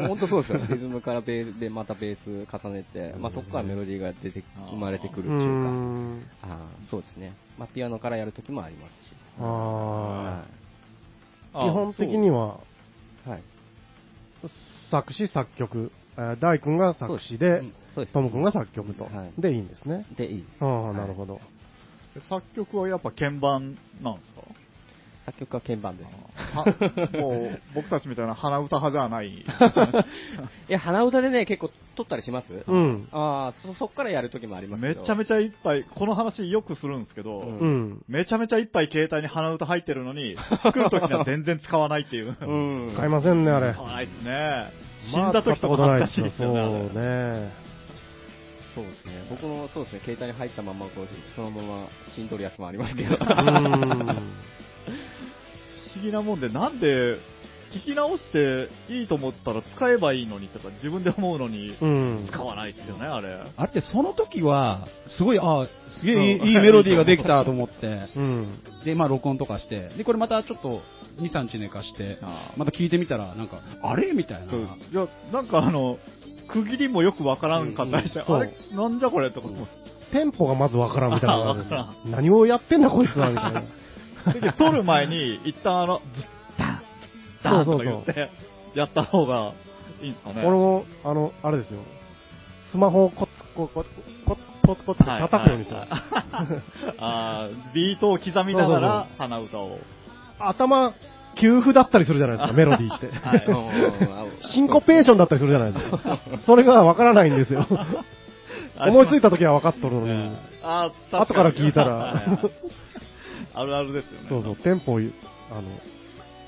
Speaker 4: 本当そうですよ
Speaker 2: [laughs]
Speaker 4: ね。リズムからベースで、またベース重ねて、まあ、そこからメロディーが出て、生まれてくるって
Speaker 2: う
Speaker 4: いうか、
Speaker 2: ん。
Speaker 4: あーそうですね。まあ、ピアノからやるときもありますし。
Speaker 2: あ
Speaker 1: あ
Speaker 2: ー基本的には、
Speaker 4: い。はい。
Speaker 2: 作詞作曲、えー大君が作詞で、
Speaker 4: うんそうです。
Speaker 2: トム君が作曲と
Speaker 4: は。い
Speaker 2: で、いいんですね。
Speaker 4: で、いい。
Speaker 2: ああ、なるほど。
Speaker 1: そう作曲はやっぱ鍵盤なんですか
Speaker 4: 作曲は鍵盤です。
Speaker 1: [laughs] はもう僕たちみたいな鼻歌派じゃない。
Speaker 4: いや、鼻歌でね、結構撮ったりします
Speaker 2: うん。
Speaker 4: ああ、そ、そっからやるときもあります
Speaker 1: めちゃ
Speaker 4: ち
Speaker 1: めちゃいっぱい、この話よくするんですけど、
Speaker 4: うん
Speaker 2: うん。
Speaker 1: めちゃめちゃいっぱい携帯に鼻歌入ってるのに、作るときには全然使わないっていう。
Speaker 4: ゃうん。
Speaker 2: 使いませんね、あれ。
Speaker 1: かわいいですね。死んだときとか
Speaker 2: まあ
Speaker 1: 恥
Speaker 2: 使
Speaker 1: ず
Speaker 2: っ
Speaker 1: か
Speaker 2: た
Speaker 1: しいですよ
Speaker 2: こと
Speaker 1: ねあれ。
Speaker 2: ないですよそうね。
Speaker 4: そうですね。僕もそうですね、携帯に入ったまま、こう、そのまま死んどるやつもありますけど。
Speaker 2: うん。
Speaker 1: 不思議なもんで、なんで、聞き直していいと思ったら使えばいいのにとか、自分で思うのに、
Speaker 2: うん。
Speaker 1: 使わないですよね、あれ。
Speaker 3: あれってその時は、すごい、ああ、すげえいいいいメロディーができたと思って、
Speaker 2: うん。
Speaker 3: で、まあ録音とかして、で、これまたちょっと2、3日寝かして、
Speaker 1: あ
Speaker 3: また聞いてみたら、なんか、あれみたいな。
Speaker 1: そういや、なんかあの、区切りもよくわからんかったりして、
Speaker 2: うんうん
Speaker 1: あれ、なんじゃこれとか思って。
Speaker 2: テンポがまずわからんみたい
Speaker 1: あ
Speaker 2: な
Speaker 1: [laughs] わか
Speaker 2: 何をやってんだ、こいつは、みた
Speaker 1: [laughs]
Speaker 2: いな。
Speaker 1: で撮る前に、一旦あの、ズッダン、ズッダンとか言って、やった方がいいんですかね。
Speaker 2: 俺も、あの、あれですよ。スマホをコツコツコツコツコツコツって叩くようにして
Speaker 1: は
Speaker 2: ま
Speaker 1: い
Speaker 2: す。
Speaker 1: はいあービートを刻みながら鼻歌を。
Speaker 2: 頭、休符だったりするじゃないですか、メロディーって。
Speaker 1: はい
Speaker 4: うんうんうん
Speaker 2: シンコペーションだったりするじ
Speaker 1: [laughs]
Speaker 2: ゃないですか。それがわからないんですよ。思いついた時は分かっとるのに。
Speaker 1: あー確
Speaker 2: 後から
Speaker 1: に
Speaker 2: 聞いた
Speaker 1: はい
Speaker 2: ら
Speaker 1: はいあるあるですよね。
Speaker 2: そうそう、テンポを、あの、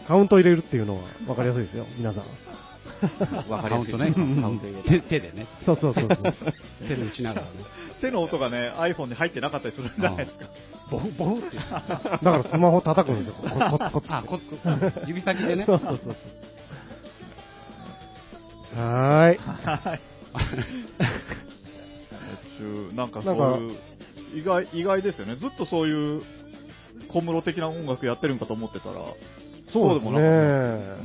Speaker 2: カウント入れるっていうのは分かりやすいですよ、皆さん。
Speaker 4: わか
Speaker 3: カ
Speaker 4: り
Speaker 3: ウ
Speaker 4: や
Speaker 3: ン
Speaker 4: すい。
Speaker 3: トね。
Speaker 4: カウント入れて
Speaker 3: 手手でね。
Speaker 2: そうそうそうそう。
Speaker 3: 手で打ちながらね。
Speaker 1: 手の音がね、iPhone に入ってなかったりするんじゃないですか。
Speaker 3: ボフボ [laughs] フって。
Speaker 2: だからスマホ叩くんですよ、コツコツコツ
Speaker 3: あ、
Speaker 2: って
Speaker 3: コツコツ。指先でね。
Speaker 2: そうそうそうそう。はーい。
Speaker 1: はい。中 [laughs] なんかそ
Speaker 2: なんか
Speaker 1: ういう、意外、意外ですよね。ずっとそういう小室的な音楽やってるんかと思ってたら、そうでもなかった。
Speaker 2: ね。う。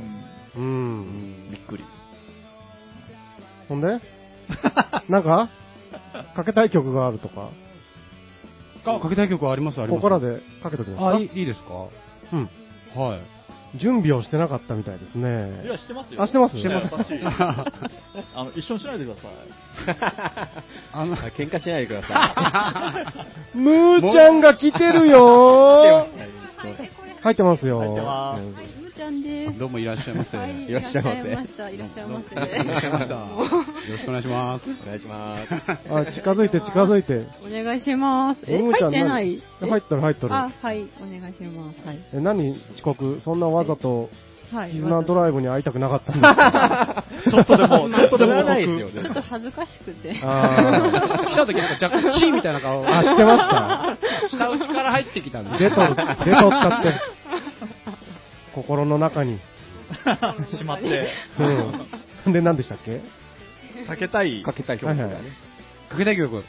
Speaker 4: うんん
Speaker 1: びっくり。 [laughs]
Speaker 2: ほんでなんか、かけたい曲があるとか、
Speaker 3: あ、かけたい曲はあります、あり
Speaker 2: こ
Speaker 3: ます。
Speaker 2: こらでかけときますか。
Speaker 3: あ、いいいいですか
Speaker 2: うん。
Speaker 3: はい。
Speaker 2: 準備をしてなかったみたいですね。
Speaker 1: いや、してますよ。
Speaker 2: あしてます
Speaker 1: してます。
Speaker 2: して
Speaker 1: バッチリ [laughs] あの、一緒にしないでください。 [laughs]
Speaker 3: あの、
Speaker 4: 喧嘩しないでくださ
Speaker 2: ムーちゃんが来てるよー入ってますよ。
Speaker 1: 入ってます
Speaker 2: うん
Speaker 5: はい、 [laughs] むーちゃんで
Speaker 3: [laughs]
Speaker 5: す。
Speaker 3: どうもいらっしゃいませ。
Speaker 5: はいい、
Speaker 4: いらっしゃいませ
Speaker 5: いらっしゃいませ。い
Speaker 3: ら
Speaker 5: ら
Speaker 3: っ
Speaker 5: っ
Speaker 3: し
Speaker 5: し
Speaker 3: ゃ
Speaker 5: ゃ
Speaker 3: い
Speaker 5: い
Speaker 3: ま
Speaker 5: ま
Speaker 3: し。
Speaker 5: したた。
Speaker 3: [laughs] よろしくお願いします。
Speaker 4: い。お願いします。
Speaker 2: あ近づいて、近づいて。
Speaker 5: お願いします。え、
Speaker 2: ムーち
Speaker 5: 入
Speaker 2: ゃ
Speaker 5: っ
Speaker 2: ん
Speaker 5: てな
Speaker 2: 何
Speaker 5: い。
Speaker 2: 入っとる、入っと
Speaker 5: え
Speaker 2: る。
Speaker 5: あ、はい、お願いします。はい。
Speaker 2: え何遅刻そんなわざと、
Speaker 5: はい。
Speaker 2: 絆ド
Speaker 5: わ
Speaker 2: ライブに会いたくなかったんだ。
Speaker 1: ちょっとでも、ちょっとで
Speaker 4: 知ら
Speaker 1: も、
Speaker 4: ないですよ
Speaker 5: ざとちょっ
Speaker 4: ね。
Speaker 5: と恥ずかしくて。
Speaker 2: あ
Speaker 3: 来た時なんか若干チーみたいな顔
Speaker 2: ー、あしてま
Speaker 3: 下打ちから入ってきたん
Speaker 2: した
Speaker 3: で
Speaker 2: 出とる、出とったって。心の中に。
Speaker 1: しま
Speaker 2: [laughs]
Speaker 1: って、
Speaker 2: うん。で、何でしたっけ
Speaker 1: 避けたい
Speaker 4: か。けたい曲がね。
Speaker 3: かけたい曲。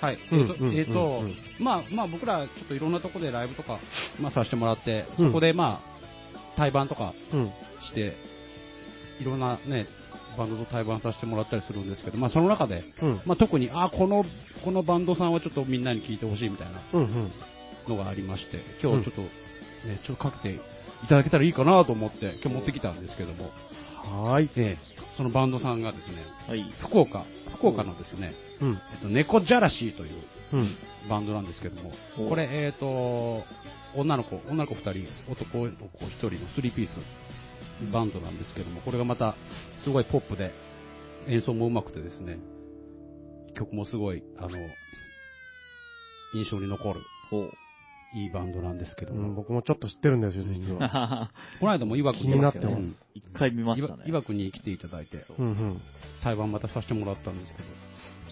Speaker 3: はい。
Speaker 2: うん
Speaker 3: えっと
Speaker 2: うん
Speaker 3: えっと
Speaker 2: うん、
Speaker 3: まあ、まあ僕らちょっといろんなとこでライブとか、まあさせてもらって、
Speaker 2: うん
Speaker 3: そこでまあ、対バンとか
Speaker 2: うん。
Speaker 3: して、いろんなね、バンドと対バンさせてもらったりするんですけど、まあその中で、
Speaker 2: うん。
Speaker 3: まあ特に、あ、この、このバンドさんはちょっとみんなに聞いてほしいみたいな
Speaker 2: うんうん。
Speaker 3: のがありまして、今日ちょっと、ね、ちょっとかけていただけたらいいかなと思って、今日持ってきたんですけども、
Speaker 2: はーい。
Speaker 3: ええそのバンドさんがですね、
Speaker 1: はい。
Speaker 3: 福岡、福岡のですね、
Speaker 2: うん。
Speaker 3: えっと、猫じゃらしという
Speaker 2: うん。
Speaker 3: バンドなんですけども、
Speaker 1: お
Speaker 3: これ、えっ、と、女の子、女の子2人、男の子1人の3ピースバンドなんですけども、これがまた、すごいポップで、演奏もうまくてですね、曲もすごい、あの、印象に残る、
Speaker 1: ほ
Speaker 3: いいバンドなんですけど
Speaker 2: う
Speaker 3: も、
Speaker 2: ん僕もちょっと知ってるんですよ、実
Speaker 1: う。
Speaker 2: は。 [laughs]
Speaker 3: この間も岩く
Speaker 2: 気になってます
Speaker 3: うん
Speaker 1: [laughs] 一回見まし
Speaker 3: 岩
Speaker 1: たね。
Speaker 3: 岩国に来ていただいて、
Speaker 2: うんうん。
Speaker 3: 台湾またさせてもらったんですけど、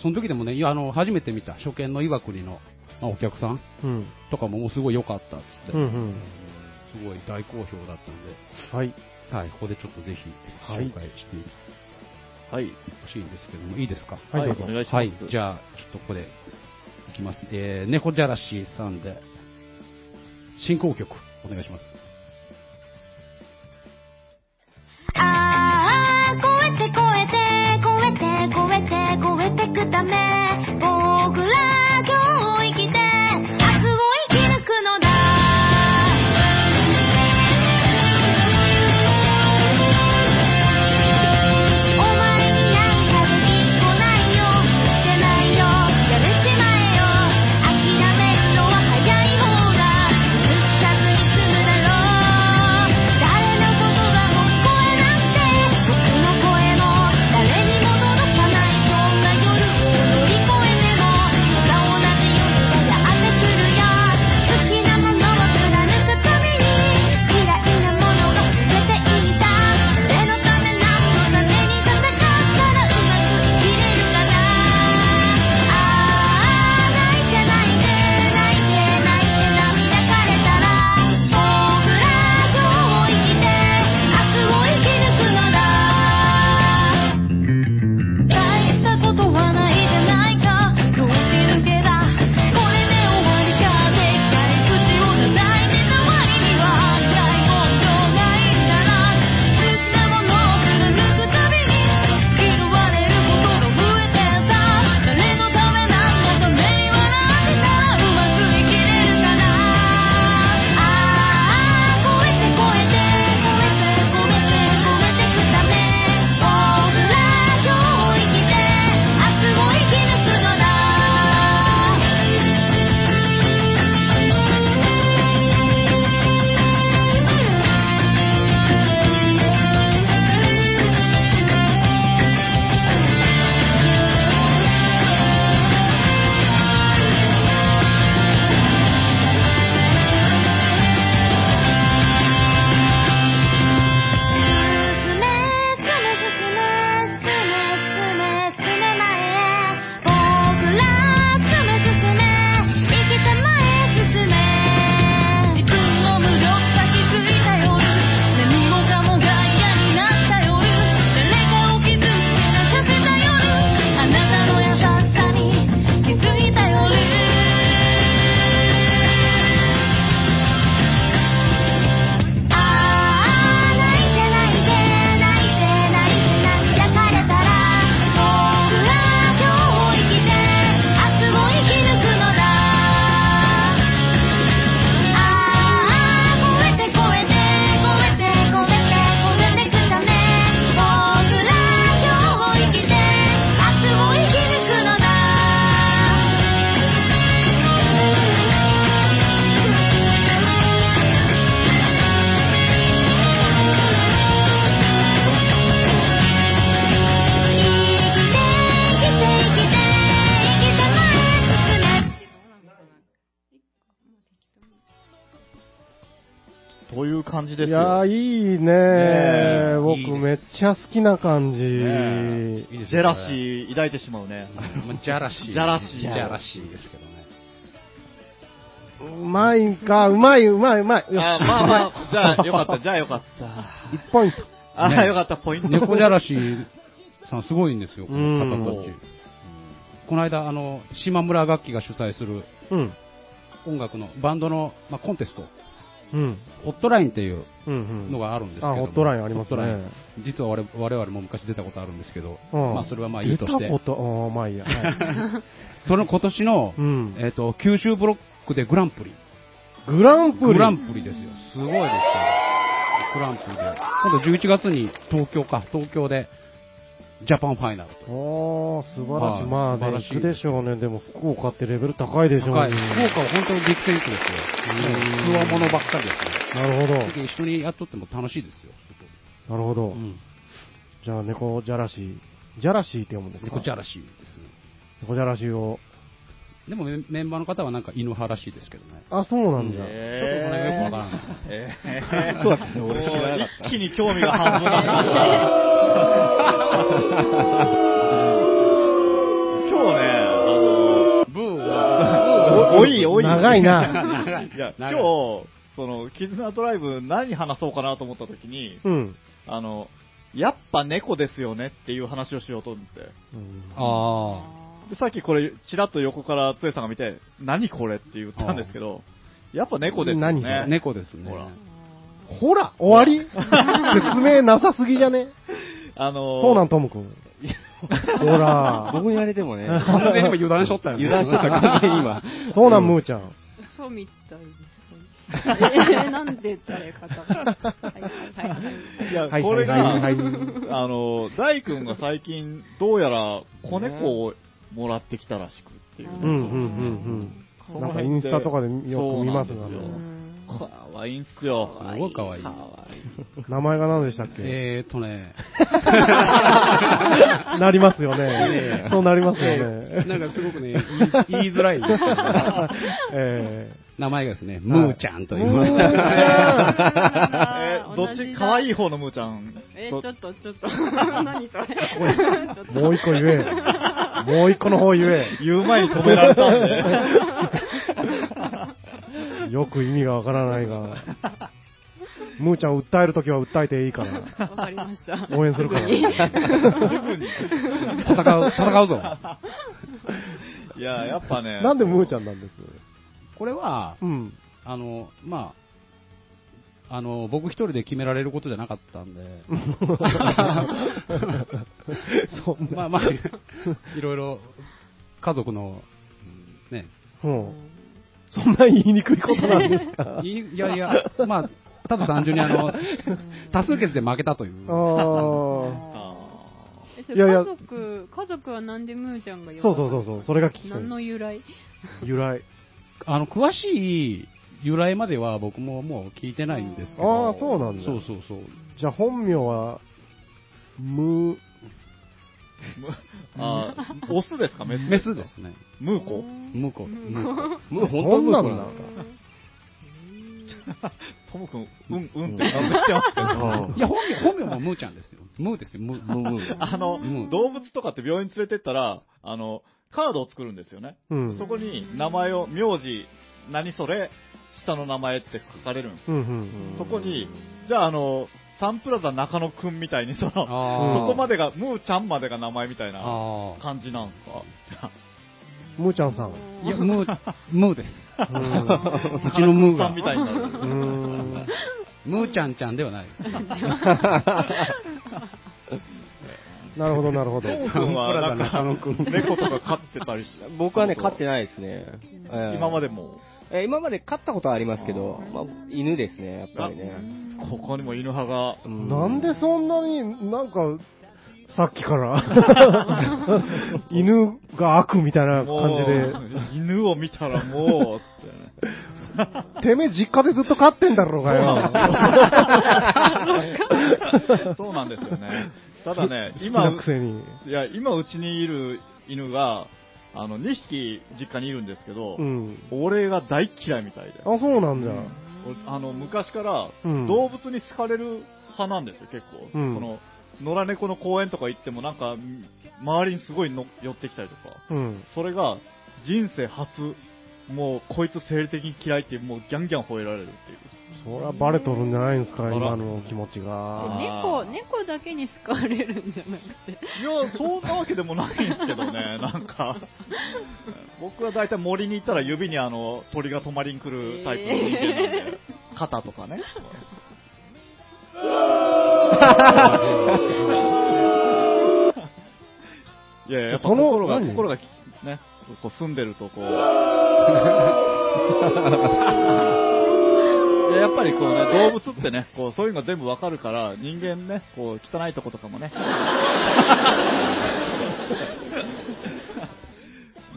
Speaker 3: その時でもね、いやあの初めて見た初見の岩国の、まあお客さん
Speaker 2: うん。
Speaker 3: とかももうすごい良かったっつって、
Speaker 2: うんうん。
Speaker 3: すごい大好評だったんで、
Speaker 2: はい。
Speaker 3: はい、ここでちょっとぜひ
Speaker 2: はい
Speaker 3: 紹介して
Speaker 1: はい。
Speaker 3: ほしいんですけども、いいですか
Speaker 2: はいどう
Speaker 1: お
Speaker 2: ぞ
Speaker 1: 願いします。
Speaker 3: はい、じゃあ、ちょっとここでいきます。えー、猫じゃらしさんで、進行曲、お願いします。
Speaker 6: ああ、超えて超えて、超えて超えて超えてくため、僕ら今日を生きて、明日を生き抜くのだ。お前になんかできっこないよ、いけないよ、やめちまえよ、諦めるのは早い方が、ずっとに済むだろう。
Speaker 1: そういう感じです
Speaker 2: い
Speaker 1: よ。
Speaker 2: やー、いいね
Speaker 1: ね
Speaker 2: ー
Speaker 1: え
Speaker 2: 僕
Speaker 3: いいです
Speaker 2: めっちゃ好きな感じ。
Speaker 1: ね
Speaker 3: いいですね
Speaker 1: ジェラシー抱いてしまうね。
Speaker 3: ま [laughs] あジャラシー。
Speaker 1: ジャラシー
Speaker 3: ジャラシーですけどね。
Speaker 2: うまいか、うまい、うまい、うまい。よし
Speaker 1: あまあ
Speaker 2: [laughs]
Speaker 1: まあ、じゃあよかった、じゃあよかった。
Speaker 2: 一ポイント。
Speaker 1: あ、
Speaker 3: ね
Speaker 1: よかった、ポイント。
Speaker 3: 猫じゃらしさんすごいんですよ、この方
Speaker 2: うん
Speaker 3: たち。この間、あの、島村楽器が主催する
Speaker 2: うん。
Speaker 3: 音楽のバンドの、まあ、コンテスト、
Speaker 2: うん。
Speaker 3: ホットラインっていう
Speaker 2: うんうん。
Speaker 3: のがあるんですけど
Speaker 2: あ、
Speaker 3: も、
Speaker 2: ホットラインあります
Speaker 3: ホットライ
Speaker 2: ね
Speaker 3: ン。実は我々我々も昔出たことあるんですけど、
Speaker 2: うん
Speaker 3: まあ、それはまあいいとし
Speaker 2: 出
Speaker 3: て [laughs]
Speaker 2: たこ、と、あーまあいいや。はい
Speaker 3: その今年の、
Speaker 2: うん
Speaker 3: えっと九州ブロックでグランプリ、
Speaker 2: グランプリ。
Speaker 3: グランプリですよ、すごいですよ、グランプリで、今度11月に東京か、東京でジャパンファイナルと。
Speaker 2: おー、素晴らしい。
Speaker 3: はい
Speaker 2: まあね、
Speaker 3: 素晴らしい
Speaker 2: 行くでしょうね。でも、福岡ってレベル高いでしょう
Speaker 3: 高い。
Speaker 2: ね。
Speaker 3: 福岡は本当に激戦区ですよ。
Speaker 2: うん
Speaker 3: もう、強者ばっかりですね。
Speaker 2: なるほ
Speaker 3: だけど一緒にやっとっても楽しいですよ。
Speaker 2: ど。なるほ
Speaker 3: う
Speaker 2: ど。
Speaker 3: ん。
Speaker 2: じゃあ、猫じゃらし。じゃらしって読むんですか
Speaker 3: 猫じゃらしいですね。
Speaker 2: 猫じゃらしを。
Speaker 3: でもメンメンバーの方はなんか犬派らしいですけどね。
Speaker 2: あ、そうなんだ。
Speaker 3: ちょっとこれよ
Speaker 1: え
Speaker 3: くわからない
Speaker 1: えー
Speaker 4: そうだったね俺
Speaker 1: もう
Speaker 4: 知らなかった
Speaker 1: 一気に興味が半分だ今日ね、あの、
Speaker 3: ブ
Speaker 1: [laughs]
Speaker 3: ー
Speaker 1: おおいおい。
Speaker 2: 長いな。
Speaker 1: [laughs] いや、今
Speaker 3: 長い
Speaker 1: 日、その、絆ドライブ何話そうかなと思った時に、
Speaker 2: うん。
Speaker 1: あの、やっぱ猫ですよねっていう話をしようと思って。
Speaker 2: うん
Speaker 3: あ
Speaker 1: でさっきこれ、ちらっと横からつえさんが見て、何これって言ったんですけど、やっぱ猫ですよ
Speaker 2: 何そ
Speaker 1: ね
Speaker 2: れ
Speaker 3: あ。。猫ですね。
Speaker 1: ほら
Speaker 2: ほら、終わり説明なさすぎじゃ [laughs] ね
Speaker 1: あのー
Speaker 2: そうなん、トム君。ほら、
Speaker 4: 僕に言われてもね、
Speaker 3: 完全に今油断しとったよね。
Speaker 4: 油断してた
Speaker 3: [laughs]
Speaker 4: 完全に今。
Speaker 2: そうなん、ムーちゃん。
Speaker 5: 嘘みたいです。えー、なんで誰かだはいはいはいはい。
Speaker 1: いや、
Speaker 2: はい
Speaker 1: これが、
Speaker 2: はいはいはい
Speaker 1: あのー、大君が最近、どうやら子猫をもらってきたらしくっていうね、
Speaker 2: うんうんうん
Speaker 1: そ
Speaker 2: うん。
Speaker 1: の
Speaker 2: なんか
Speaker 1: 辺
Speaker 2: イ
Speaker 1: って
Speaker 2: ンスタとかでよく見ます
Speaker 1: そうな
Speaker 2: が
Speaker 1: ん、ですよ
Speaker 5: うん
Speaker 1: かわいいんすよ。
Speaker 3: すごい可愛い。
Speaker 2: 名前が何でしたっけ
Speaker 3: えーっとね、
Speaker 2: なりますよね。そうなりますよね。
Speaker 3: なんかすごくね、言い言いづらいですけどね
Speaker 2: え
Speaker 3: 名前がですね、ムーちゃんと
Speaker 2: ー、
Speaker 3: い
Speaker 2: ムーち
Speaker 3: う。
Speaker 2: ゃん
Speaker 1: え
Speaker 5: あー
Speaker 1: どっち、かわいい
Speaker 5: 同じだ
Speaker 1: 方のむーちゃん。
Speaker 5: え
Speaker 1: ど
Speaker 5: ー、ちょっとちょっと。何それ。ちょっと
Speaker 2: もう一個言え。もう一個の方言え。
Speaker 1: 言う前に止められたん
Speaker 2: よく意味がわからないが。ムーちゃんを訴えるときは訴えていいから。
Speaker 5: わかりました。
Speaker 2: 応援するから。
Speaker 3: 戦う、戦うぞ。
Speaker 1: [laughs] で。いや、やっぱね。
Speaker 2: なんでムーち
Speaker 1: ゃん
Speaker 2: ゃんなんです
Speaker 3: これは、
Speaker 2: うん。
Speaker 3: あの、まあ、あの、僕一人で決められることじゃなかったんで、
Speaker 2: [laughs] そんな。
Speaker 3: まあま [laughs] あ、いろいろ家族の、ね、
Speaker 2: うんそんな言いにくいことなんですか [laughs]
Speaker 3: いいやいや、まあ、ただ単純にあの、多数決で負けたという。
Speaker 2: ああ。
Speaker 5: えそ
Speaker 2: いやい
Speaker 5: れ
Speaker 2: や
Speaker 5: 家族、家族はなんでムーちゃんが呼ば
Speaker 2: そう
Speaker 5: な
Speaker 2: そ
Speaker 5: い
Speaker 2: うそうそう、それが聞きたい
Speaker 5: 何の由来
Speaker 2: 由来。
Speaker 3: あの、詳しい由来までは僕ももう聞いてないんですけど。
Speaker 2: ああ、そうなんだ。
Speaker 3: そうそうそう。
Speaker 2: じゃあ本名は、ムー、
Speaker 1: あー、オスですか、メス
Speaker 3: メスですね。
Speaker 1: ムーコ
Speaker 3: ムコ。ムコ。
Speaker 4: もう
Speaker 2: そ
Speaker 4: 本当
Speaker 2: ん
Speaker 4: に
Speaker 2: な
Speaker 4: 僕
Speaker 2: ん
Speaker 4: な
Speaker 2: なんん
Speaker 4: です
Speaker 2: か
Speaker 4: か。
Speaker 1: トム君、うん、うんって頑張ってますけど。
Speaker 3: いや、本名、本名もムーちゃんですよ。ムーですよ、ムー。ムー。
Speaker 1: [laughs] あの、
Speaker 3: うん
Speaker 1: 動物とかって病院連れてったら、あの、カードを作るんですよね。
Speaker 2: うん。
Speaker 1: そこに名前を、名字、何それ、下の名前って書かれるんです。
Speaker 2: うんうん
Speaker 1: そこに、じゃああの、サンプラザ中野くんみたいにその、そ
Speaker 3: あー
Speaker 1: こまでが、ムーちゃんまでが名前みたいな
Speaker 3: ああ。
Speaker 1: 感じなんですか。
Speaker 2: うん。ムーちゃ [laughs] んさん。う
Speaker 3: いや、ムー、ムーです。
Speaker 2: ー
Speaker 3: うちのムー
Speaker 1: さ
Speaker 3: が
Speaker 1: んみ。たいになる。
Speaker 2: ん。う
Speaker 3: ムーちゃんちゃんではないです。
Speaker 2: ーんなるほど、なるほど。
Speaker 1: トム君は
Speaker 3: サ
Speaker 1: なん
Speaker 3: ンプ
Speaker 1: か
Speaker 3: ラザ中野くん、
Speaker 1: 猫とか飼ってたりして。
Speaker 4: 僕はね、飼ってないですね。
Speaker 1: 今ま
Speaker 4: で。
Speaker 1: でも、
Speaker 4: えー今まで飼ったことはありますけど、まあ、犬ですね、やっぱりね。
Speaker 1: ここにも犬派が、
Speaker 4: う
Speaker 2: [laughs]
Speaker 4: ん
Speaker 2: なんでそんなになんか、さっき [laughs] から、犬が悪みたいな感じで。
Speaker 1: もう犬を見たらもう、ってね。
Speaker 2: てめえ実家でずっと飼ってんだろうがよ。
Speaker 1: そうなんですよね。ただね、
Speaker 2: [laughs] 好
Speaker 1: 今
Speaker 2: きな、くせに。
Speaker 1: いや、今うちにいる犬が、あの、2匹実家にいるんですけど、
Speaker 2: うん。
Speaker 1: 俺が大嫌いみたいで。
Speaker 2: あ、そうなんだ。
Speaker 1: 俺あの昔から
Speaker 2: うん
Speaker 1: 動物に好かれる派なんですよ、結構。
Speaker 2: うん
Speaker 1: その野良猫の公園とか行っても、なんか、ん周りにすごいの寄ってきたりとか。
Speaker 2: うん。
Speaker 1: それが、人生初、もう、こいつ生理的に嫌いって、もう、ギャンギャン吠えられるっていう。
Speaker 2: そりゃバレとるんじゃないんですか、
Speaker 1: あら
Speaker 2: 今の気持ちが。
Speaker 5: 猫、
Speaker 1: あー
Speaker 5: 猫だけに好かれるんじゃなくて。
Speaker 1: いや、そんなわけでもないんですけどね、 [laughs] なんか、僕は大体森に行ったら指にあの鳥が止まりに来るタイプの人間なんで、肩とかね。 [laughs] いやいや、やっぱ
Speaker 2: その
Speaker 1: 心が、
Speaker 2: 何
Speaker 1: 心がきね、こう住んでると [laughs] こう。いややっぱりこうね、動物ってね、こうそういうの全部わかるから、人間ね、こう汚いとことかもね、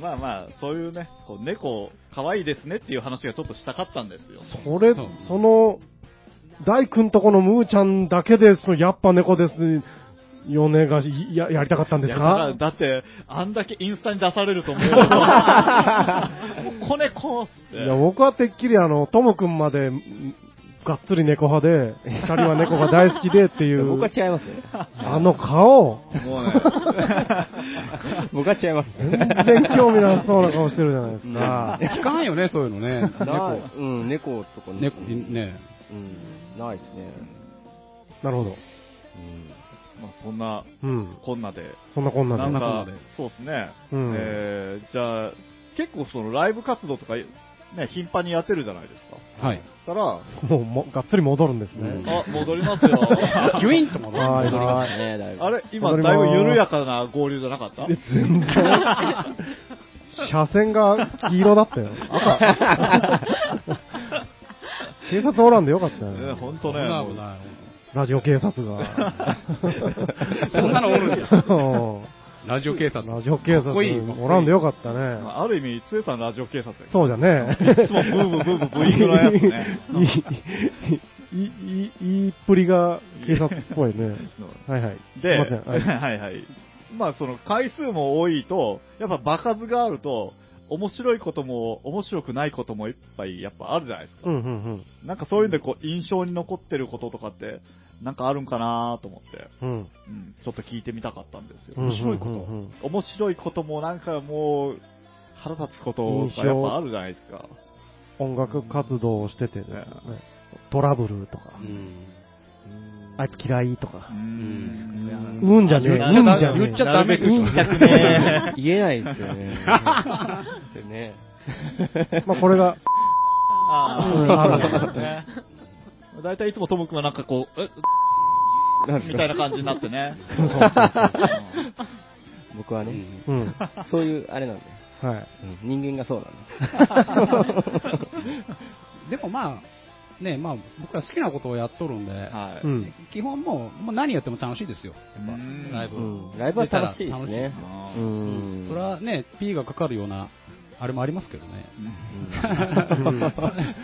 Speaker 1: まあまあ、そういうね、こう猫、可愛いですねっていう話がちょっとしたかったんですよ。
Speaker 2: それ、
Speaker 3: そう
Speaker 2: その、大君とこのムーちゃんだけで、そのやっぱ猫ですね、よねがいややりたかったんです
Speaker 1: いやだ
Speaker 2: か
Speaker 1: らだって、あんだけインスタに出されると思うと、子猫っつって。
Speaker 2: いや、僕はてっきりあの、ともくんまで、んがっつり猫派で、二人は猫が大好きでっていう、
Speaker 4: [laughs] 僕は違いますね。
Speaker 2: あの顔、
Speaker 1: もうね、
Speaker 4: [laughs] 僕は違います。
Speaker 2: 全然興味なさそうな顔してるじゃないですか。
Speaker 3: 聞かないよ [laughs] ね、そういうのね。
Speaker 4: なうん、 [laughs] 猫とか
Speaker 3: 猫。猫、ね。
Speaker 4: うん、ないですね。
Speaker 2: なるほど。
Speaker 4: うん
Speaker 1: まあそんな、
Speaker 2: うん。
Speaker 1: こんなで。
Speaker 2: そんなこんなで。
Speaker 1: なん
Speaker 3: こん
Speaker 1: か
Speaker 3: なで、
Speaker 1: そうですね。
Speaker 2: うん
Speaker 1: えーじゃあ、結構そのライブ活動とか、ね、頻繁にやってるじゃないですか。
Speaker 3: はい。
Speaker 1: そしたら、
Speaker 2: もうも、がっつり戻るんですね。
Speaker 1: あ、戻りますよ。
Speaker 3: ギュインとも
Speaker 2: はい
Speaker 3: 戻りま
Speaker 2: は
Speaker 3: す。
Speaker 2: い。
Speaker 4: ねだいぶ
Speaker 1: あれ今、だいぶ緩やかな合流じゃなかった
Speaker 2: 全然。車線が黄色だったよ。警察おらんでよかった
Speaker 1: ね
Speaker 2: よ。
Speaker 1: ほんと
Speaker 3: 危
Speaker 1: ね。
Speaker 3: ない
Speaker 1: も
Speaker 3: 危
Speaker 1: う
Speaker 3: ない
Speaker 2: ラジオ警察が。
Speaker 3: そんなのおるんや。
Speaker 2: うん
Speaker 3: ラジオ警察。
Speaker 2: ラジオ警察
Speaker 3: かっこいいかっこいい
Speaker 2: おらんでよかったね。
Speaker 1: ある意味、つえさんラジオ警察だよ
Speaker 2: そうじゃね。
Speaker 1: いつもブーブーブーブーブーイングのやつね。
Speaker 2: [laughs] いい、いい、いいっぷりが警察っぽいね。はいはい。
Speaker 1: で、
Speaker 2: すいませ
Speaker 1: は
Speaker 2: ん。はい
Speaker 1: [laughs]
Speaker 2: い
Speaker 1: はいはい。まあその回数も多いと、やっぱ場数があると、面白いことも面白くないこともいっぱいやっぱあるじゃないですか。
Speaker 2: うんうん
Speaker 1: なんかそういうんでこう印象に残ってることとかって、なんかあるんかなと思って、
Speaker 2: うん。うん。
Speaker 1: うん、ちょっと聞いてみたかったんですよ。
Speaker 2: うんうんうんうん
Speaker 1: 面白いこと。面白いこともなんかもう、腹立つことがやっぱあるじゃないですか。
Speaker 2: 音楽活動をしててですね、トラブルとか、
Speaker 3: うん
Speaker 2: あいつ嫌いとか
Speaker 1: う、ん
Speaker 2: うんじゃねえ、うん
Speaker 1: 言っ
Speaker 2: じ
Speaker 1: ち
Speaker 2: ゃ
Speaker 1: ゃ
Speaker 2: ねえ。
Speaker 3: 言っちゃダメ。
Speaker 1: 言っちゃダメ
Speaker 4: ね [laughs] 言えないですよね。でね。
Speaker 2: まあこれが、
Speaker 1: あ
Speaker 2: うんあ
Speaker 1: あ、ね。大体いつもトム君はなんかこう、え
Speaker 4: なんで
Speaker 1: み
Speaker 4: す
Speaker 1: たい
Speaker 4: か
Speaker 1: な感じになってね。
Speaker 4: 僕は
Speaker 3: う
Speaker 4: ね、
Speaker 3: ん
Speaker 2: うん、
Speaker 4: そういうあれなんだよ。
Speaker 2: はい。
Speaker 4: 人間がそうなんだ。
Speaker 3: でもまあ、ね、まあ、僕ら好きなことをやっとるんで、
Speaker 1: は
Speaker 2: う
Speaker 1: い。
Speaker 2: ん。
Speaker 3: 基本もう、もう何やっても楽しいですよ。やっ
Speaker 1: うん
Speaker 3: ぱライブ。
Speaker 4: うんライブは楽しいですね
Speaker 3: 出たら楽しい。
Speaker 1: あ
Speaker 4: う
Speaker 1: ー
Speaker 4: ん。
Speaker 3: それはね、P がかかるような、あれもありますけどね。 [laughs]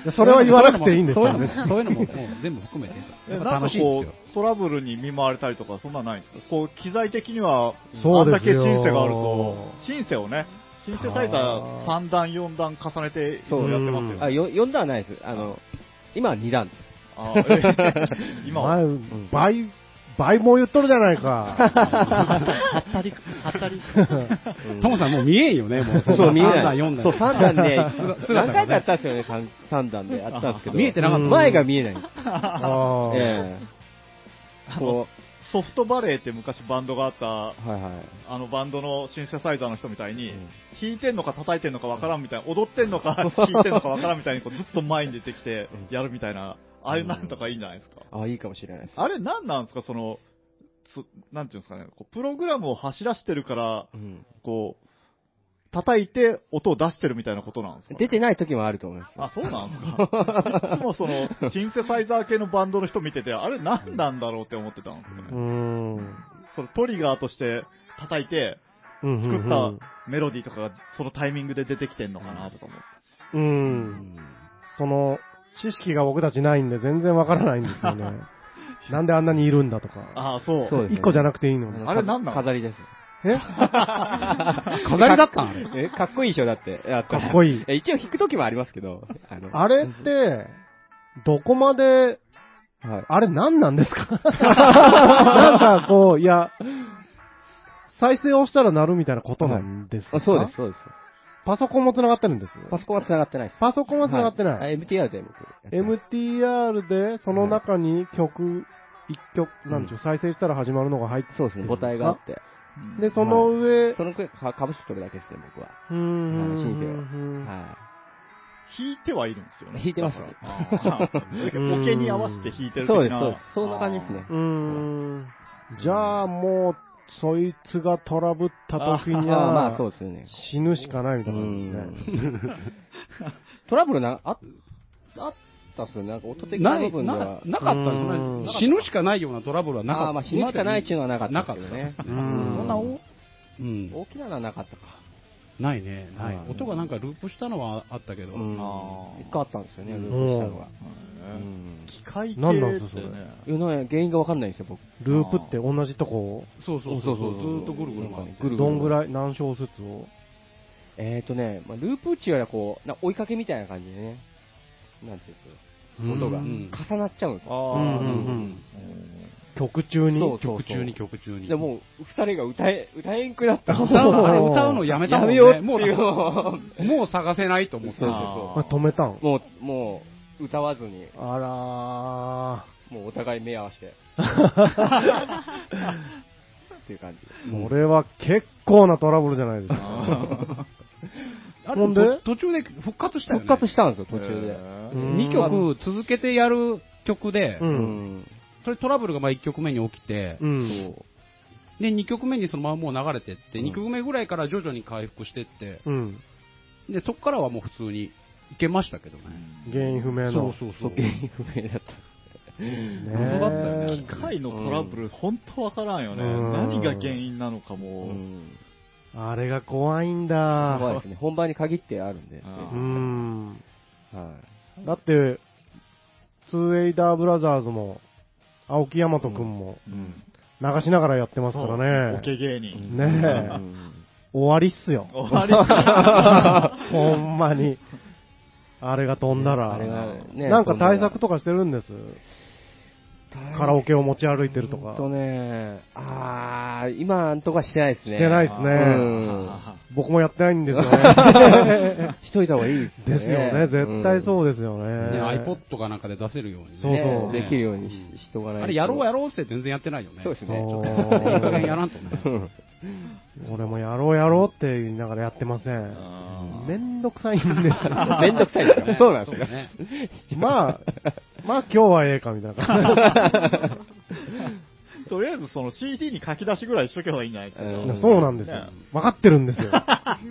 Speaker 2: うんそれは言わなくていいんです
Speaker 3: そうい
Speaker 2: よ
Speaker 3: うの
Speaker 2: ね
Speaker 3: も、そういうのももう全部含めて、
Speaker 1: え
Speaker 3: やっぱ
Speaker 1: なん
Speaker 3: 楽
Speaker 1: か
Speaker 3: しいで
Speaker 1: こ
Speaker 3: すよ。
Speaker 1: う、トラブルに見舞われたりとか、そんなんないんですかこう、機材的には、
Speaker 2: そ
Speaker 1: あ
Speaker 2: うんで
Speaker 1: だ
Speaker 2: す
Speaker 1: けシン
Speaker 2: よ
Speaker 1: セがあると、シンセをね、シンセサイザー3段、4段重ねて、いろいろやってますよ
Speaker 2: そう
Speaker 1: ね
Speaker 4: あ、。よ4段はないです。あの、今は2段です。
Speaker 1: あーえ今は、
Speaker 2: 前倍、倍も言っとるじゃないか。
Speaker 1: はったり、はったり。
Speaker 3: トモさんもう見えんよね、もう。
Speaker 4: [laughs] そう、見えな
Speaker 3: 3段、
Speaker 4: い。
Speaker 3: 4段。
Speaker 4: そう、3段で、
Speaker 3: [laughs] す姿が
Speaker 4: 何
Speaker 3: ね
Speaker 4: 回かやったんですよね、3, 段でやったんですけど。
Speaker 3: 見えてなかった
Speaker 4: 前が見えない。
Speaker 2: あー
Speaker 4: ええ
Speaker 1: あの
Speaker 4: こ
Speaker 1: ソフトバレーって昔バンドがあった、
Speaker 4: う、はいはい。
Speaker 1: あのバンドのシンセサイザーの人みたいに、
Speaker 4: うん
Speaker 1: 弾いてんのか叩いてんのかわからんみたいな、踊ってんのか弾いてんのかわからんみたいにこうずっと前に出てきて
Speaker 4: うん
Speaker 1: やるみたいな、あれなんとかいいんじゃないですか。
Speaker 4: あ、いいかもしれないです。
Speaker 1: あれなんなんですか、その、つなんていうんですかね、こうプログラムを走らしてるから、
Speaker 4: うん
Speaker 1: こう、叩いて音を出してるみたいなことなんですかね、
Speaker 4: 出てない時もあると思います。
Speaker 1: あ、そうなんですか。もうその、シンセサイザー系のバンドの人見てて、あれ何なんだろうって思ってたんですよ
Speaker 2: う
Speaker 1: ね。
Speaker 2: ん。
Speaker 1: そのトリガーとして叩いて、
Speaker 2: うん
Speaker 1: 作ったメロディーとかがそのタイミングで出てきてんのかなとかも。
Speaker 2: うん。その、知識が僕たちないんで全然わからないんですよね。なんであんなにいるんだとか。
Speaker 1: ああ、そう。
Speaker 4: そうですね
Speaker 2: 一個じゃなくていいのに。
Speaker 1: あれ何なの
Speaker 4: 飾りです。
Speaker 2: え
Speaker 3: 飾りだったんあれ。
Speaker 4: え、かっこいい衣装だって。か
Speaker 2: かっこいい
Speaker 4: い。え一応弾く時もありますけど、あの、
Speaker 2: あれって、どこまで、
Speaker 4: はい。
Speaker 2: あれ何なんです
Speaker 4: [laughs]
Speaker 2: かなんかこう、いや、再生をしたら鳴るみたいなことなんですか、
Speaker 4: あそうです、。そうです。
Speaker 2: パソコンも繋がってるんです。
Speaker 4: パソコンは繋がってないです。
Speaker 2: パソコンは繋がってない。
Speaker 4: はいあ MTR で僕。
Speaker 2: MTR で、その中に曲、一曲、なんでしょう、再生したら始まるのが入って
Speaker 4: そうですね、母体があって。
Speaker 2: で、その上、
Speaker 4: そのくらいかかぶしてるだけですね、僕は。
Speaker 2: うーん
Speaker 4: あのシンセを
Speaker 2: うん
Speaker 4: は
Speaker 1: 弾いてはいるんですよね。
Speaker 4: 弾いてます
Speaker 1: だからあーボケに合わせて弾いて
Speaker 4: い。
Speaker 1: る
Speaker 4: そう
Speaker 1: 的
Speaker 4: です、
Speaker 1: な
Speaker 4: そうです。そんな感じですね。
Speaker 2: うーん。じゃあ、もう、そいつがトラブった時
Speaker 4: あー
Speaker 2: に
Speaker 4: まあ、そ
Speaker 2: は
Speaker 4: う、ですね。
Speaker 2: 死ぬしかないみた
Speaker 4: う
Speaker 2: いなことですね。
Speaker 4: ん。トラブルな、あ、あったっすよね。なんか音的な
Speaker 3: な
Speaker 4: 部
Speaker 3: い、
Speaker 4: 分で
Speaker 3: な
Speaker 4: は。
Speaker 3: なかった
Speaker 2: う
Speaker 3: で
Speaker 2: ん
Speaker 3: すね。死ぬしかないようなトラブルはなかっ
Speaker 4: あ
Speaker 3: た。
Speaker 4: ーまあ、死ぬしかないっていうのはなかった
Speaker 3: な
Speaker 4: で
Speaker 3: か
Speaker 4: す
Speaker 3: っ
Speaker 4: け
Speaker 3: た
Speaker 4: どね。
Speaker 2: う
Speaker 4: うんん
Speaker 2: そん
Speaker 4: そん
Speaker 2: な
Speaker 4: な
Speaker 2: お
Speaker 3: うん。
Speaker 4: 大きなのはなかったか。
Speaker 3: ないね、ない
Speaker 4: うん。
Speaker 3: 音がなんかループしたのはあったけど。
Speaker 4: うん
Speaker 1: あー
Speaker 4: 一回あったんですよね、
Speaker 1: う
Speaker 4: ル
Speaker 1: ん
Speaker 4: ープしたのが。
Speaker 1: うん
Speaker 4: うん
Speaker 1: 機械系
Speaker 2: 何なんです
Speaker 1: っ
Speaker 2: かそ
Speaker 1: て
Speaker 2: れ
Speaker 1: ね。
Speaker 4: いやなんか原因がわかんないんですよ、僕。
Speaker 2: ループって同じとこ
Speaker 3: そうそうそうそう。ずーっとぐるぐる
Speaker 4: なんか
Speaker 3: 回って。
Speaker 4: ぐるぐる
Speaker 2: どんぐらい、何小節を。
Speaker 4: えーとね、まあ、ループっていうよりはこう、な追いかけみたいな感じでね、なんていうんですか、音が
Speaker 3: うん
Speaker 4: 重なっちゃうんですよ。
Speaker 2: うんう
Speaker 1: あ
Speaker 2: んう。
Speaker 4: うん
Speaker 2: 曲中に。
Speaker 4: そう
Speaker 3: 曲中に曲中に。
Speaker 4: でもう、二人が歌え、歌えんくなった
Speaker 3: 歌うのあれ歌うのやめたもんね。
Speaker 4: やめよう
Speaker 3: も
Speaker 4: っていう
Speaker 3: う、もう探せないと思って
Speaker 4: そうそう
Speaker 1: あ
Speaker 4: そ
Speaker 1: ー
Speaker 2: あ止めたん。
Speaker 4: もう、もう、歌わずに、
Speaker 2: あ
Speaker 4: もうお互い目合わせて。っていう感じ。
Speaker 2: らー、それは結構なトラブルじゃないですか。
Speaker 3: あ
Speaker 2: ほ
Speaker 3: れ
Speaker 2: んで
Speaker 3: と途中で復活したよね。
Speaker 4: 復活したんです [laughs] よ、途中
Speaker 1: へ
Speaker 4: で。
Speaker 2: うん
Speaker 3: 2曲続けてやる曲で、
Speaker 2: う。
Speaker 4: うんん。
Speaker 3: それトラブルがまあ1曲目に起きて、
Speaker 2: うん。
Speaker 3: で、2曲目にそのままもう流れてって、
Speaker 4: うん
Speaker 3: 2曲目ぐらいから徐々に回復してって、
Speaker 2: うん。
Speaker 3: で、そこからはもう普通にいけましたけどね。
Speaker 2: 原因不明の。
Speaker 3: そうそうそう。
Speaker 4: 原因不明だった。
Speaker 2: ね
Speaker 1: 謎だったよね。機
Speaker 2: え
Speaker 1: 械のトラブル、本当わからんよね。
Speaker 2: うん
Speaker 1: 何が原因なのか
Speaker 4: う
Speaker 1: も。
Speaker 4: ん。
Speaker 2: あれが怖いんだ。
Speaker 4: 怖いですね。本番に限ってあるんで。
Speaker 1: あ
Speaker 2: う
Speaker 1: ー
Speaker 2: ん。
Speaker 4: は
Speaker 2: だって、ツーエイダーブラザーズも、青木大和くんも、
Speaker 4: い。うん。
Speaker 2: 流しながらやってますか
Speaker 1: そう
Speaker 2: ら
Speaker 1: ボケ
Speaker 2: ね。
Speaker 1: 芸人。
Speaker 2: ねえ
Speaker 4: うん
Speaker 2: 終わりっすよ。
Speaker 1: 終わりだ
Speaker 2: ほんまに。あれが飛んだら。
Speaker 4: あれがね
Speaker 2: なんか対策
Speaker 4: と
Speaker 2: とかしてるんです。カラオケを持ち歩いてると
Speaker 4: ほ
Speaker 2: か
Speaker 4: ん。とね、あー、今んとこはしてないですね。
Speaker 2: してないっすね
Speaker 4: [laughs] うん
Speaker 2: 僕もやってないんですよ
Speaker 4: [laughs]
Speaker 2: ね。
Speaker 4: しといた方がいいですね。
Speaker 2: ですよね。絶対そう
Speaker 4: で
Speaker 2: ですよね。
Speaker 3: ね、iPod かなんかで出せるようにね。
Speaker 2: そうそう
Speaker 4: できるようにししとかないと
Speaker 3: あれやろう
Speaker 4: [laughs]
Speaker 3: やろうって全然やってないよね。
Speaker 4: そうです
Speaker 2: そ
Speaker 4: ね
Speaker 2: う
Speaker 3: いい加減やらんとね。
Speaker 2: 俺もやろうやろうって言いながらやってません。
Speaker 1: あ
Speaker 2: めんどくさいんですよ。
Speaker 4: めんどくさいですね。 [laughs] そうなんですよ。
Speaker 3: ね。
Speaker 2: [laughs]
Speaker 4: [laughs]
Speaker 2: まあ、まあ今日はええかみたいな感
Speaker 1: ーとりあえずその CD に書き出しぐらいしとけばいいんじゃないですか。
Speaker 4: うん
Speaker 2: じ。そうなんですよ
Speaker 1: ね。
Speaker 2: わかってるんですよ。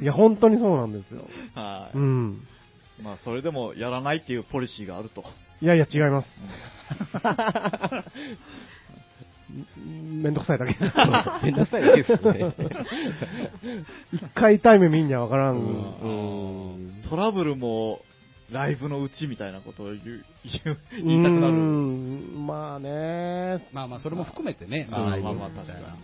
Speaker 2: いや、本当にそうなんですよ。
Speaker 1: は
Speaker 2: うん。
Speaker 1: い。まあ、それでもやらないっていうポリシーがあると。
Speaker 2: いやいや、違います。んめんどくさいだけ。 [laughs]
Speaker 4: めんどくさいです [laughs] よね。
Speaker 2: 一回痛い目見んにはわからん。
Speaker 4: うん
Speaker 1: トラブルも、ライブのうちみたいなことを言う、言う、
Speaker 2: う
Speaker 1: 言いたくなる。
Speaker 2: ん、まあね。
Speaker 3: まあまあ、それも含めてね。
Speaker 1: まあまあまあ
Speaker 3: みたいな
Speaker 1: 確か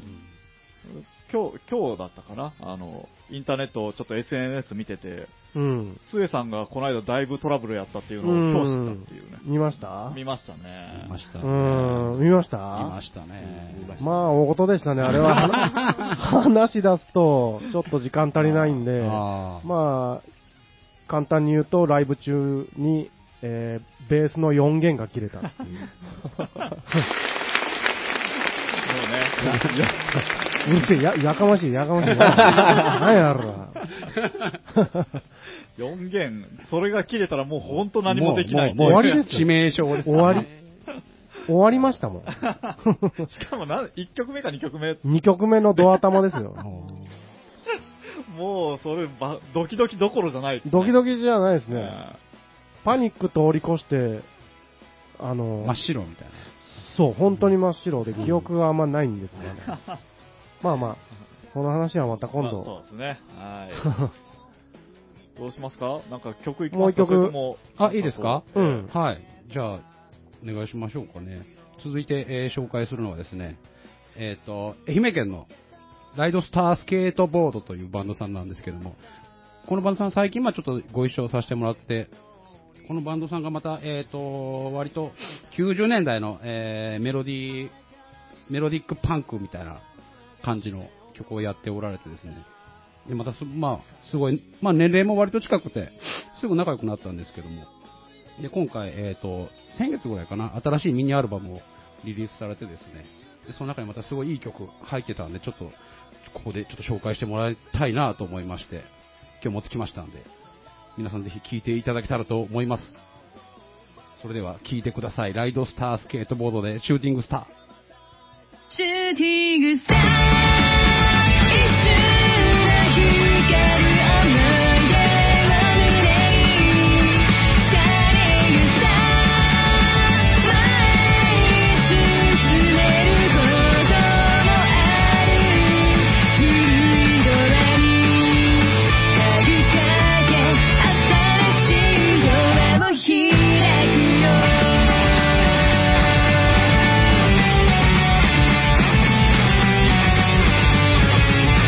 Speaker 1: 今日、今日だったかなあの、インターネットをちょっと SNS 見てて、
Speaker 2: うん。
Speaker 1: つえさんがこの間だいぶトラブルやったっていうのを
Speaker 2: うん
Speaker 1: 今日知ったっていうね。
Speaker 2: 見ました
Speaker 1: 見ました
Speaker 3: うん
Speaker 1: ね
Speaker 3: 見。ました
Speaker 2: う
Speaker 3: ね。
Speaker 2: ん、見ました
Speaker 3: 見ましたね。
Speaker 2: まあ、大事でしたね。あれは、話し出すと、ちょっと時間足りないんで、
Speaker 3: ああ
Speaker 2: まあ、簡単に言うと、ライブ中に、えーベースの4弦が切れたってい
Speaker 1: そう
Speaker 2: う。
Speaker 1: ね。いや
Speaker 2: うるせえ、や、やかましい、やかましい。何やろ。
Speaker 1: 4弦、それが切れたらもう本当何もできない。
Speaker 3: も
Speaker 2: 終
Speaker 3: うも
Speaker 2: わ
Speaker 3: う
Speaker 2: りですよ
Speaker 3: 致命傷です
Speaker 2: 終わり、終わりましたもん。
Speaker 1: しかもな、1曲目か2曲目、
Speaker 2: 2曲目のドア玉ですよ。
Speaker 1: もうそれば、ドキドキどころじゃない、
Speaker 2: ドキ
Speaker 1: キ
Speaker 2: ドキじゃないです
Speaker 1: ね。
Speaker 2: ね。パニック通り越して、あの、
Speaker 3: 真っ白みたいな。
Speaker 2: そう、本当に真っ白で記憶があんまないんですよ
Speaker 3: [laughs]
Speaker 2: ね。まあまあ、この話はまた今
Speaker 1: まあ
Speaker 2: 度。
Speaker 1: そうですね。
Speaker 3: [laughs]
Speaker 1: はい。どうしますかなんか曲いきますか
Speaker 2: もう一曲
Speaker 1: それとも
Speaker 3: あ、いいですか
Speaker 2: う
Speaker 1: うんん。
Speaker 3: はい。じゃあ、お願いしましょうかね。続いて、えー紹介するのはですね、えっ、と、愛媛県のライドスタースケートボードというバンドさんなんですけども、このバンドさん最近まあちょっとご一緒させてもらって、このバンドさんがまた、えっ、と、割と90年代の、えーメロディー、メロディックパンクみたいな感じの曲をやっておられてですね。で、またす、まあ、すごい、まあ年齢も割と近くて、すぐ仲良くなったんですけども。で、今回、えっ、と、先月ぐらいかな、新しいミニアルバムをリリースされてですね。で、その中にまたすごいいい曲入ってたんで、ちょっと、ここでちょっと紹介してもらいたいなと思いまして、今日持ってきましたんで、皆さんぜひ聴いていただけたらと思います。それでは聴いてください。ライドスタースケートボードでシューティングスター。
Speaker 6: シューティングスター一瞬で光る雨でラブレイシャイニングスター前に進めることもある古いドラに鍵かけ新しいドアを開くよ「君の声が聞こえてくる」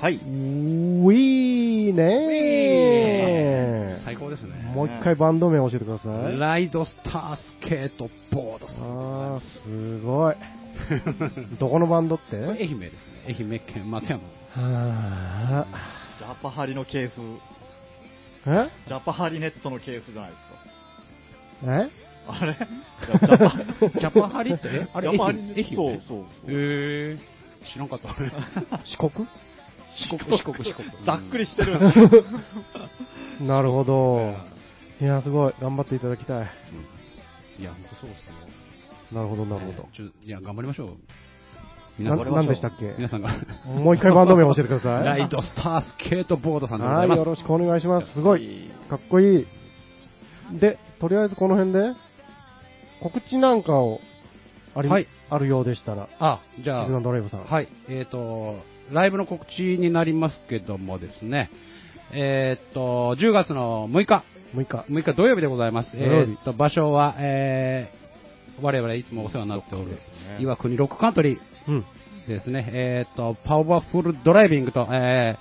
Speaker 1: はい。
Speaker 2: [laughs] ウィーねー
Speaker 3: 最高ですね。
Speaker 2: もう一回バンド名教えてください。
Speaker 3: ライドスタースケートボードさ
Speaker 2: [laughs]
Speaker 3: ん
Speaker 2: あー、すごい。どこのバンドって
Speaker 3: これ愛媛ですね。愛媛県松山。
Speaker 2: は
Speaker 1: ジャパハリの系譜、
Speaker 2: ぁ。え
Speaker 1: ジャパハリネットの系譜じゃないです
Speaker 2: え
Speaker 1: か。あれジャパハリ
Speaker 3: ジャパハリってえ [laughs] あれ
Speaker 1: ジャパハ
Speaker 3: 愛
Speaker 1: リ
Speaker 3: 媛
Speaker 1: ネ
Speaker 3: 愛
Speaker 1: ット、
Speaker 3: 媛
Speaker 1: そうそう。
Speaker 3: へー知らんかった。
Speaker 2: [laughs] 四国
Speaker 3: 四国、四国、四国。
Speaker 1: ざっくり
Speaker 3: し
Speaker 1: してるんですよ
Speaker 2: なるほど。いや、すごい。頑張っていただきたい。
Speaker 3: いや、本当そうですね。
Speaker 2: なるほど、なるほど。
Speaker 3: ちょいや、頑張りましょう。
Speaker 2: な
Speaker 3: 頑張りましょう
Speaker 2: なんでしたっけ
Speaker 3: 皆さんが。
Speaker 2: もう一回バンド名教えてください。
Speaker 3: ライトスタースケートボードさんでござ
Speaker 2: はいい、
Speaker 3: ます。
Speaker 2: よろしくお願いします。すごい。かっこいい。で、とりあえずこの辺で、告知なんかを、あり、
Speaker 3: はい
Speaker 2: あるようでしたら、
Speaker 3: あ、じゃあ
Speaker 2: キズ、ナドライブさん。
Speaker 3: はい、えっ、と、ライブの告知になりますけどもですね、えっ、と、10月の6日、
Speaker 2: 6日。
Speaker 3: 6日土曜日でございます。
Speaker 2: 土曜
Speaker 3: え
Speaker 2: 日
Speaker 3: っ、と、場所は、えー、我々いつもお世話になっておる、岩国ロックカントリー
Speaker 2: うん。
Speaker 3: ですね、えっ、と、パワフルドライビングと、え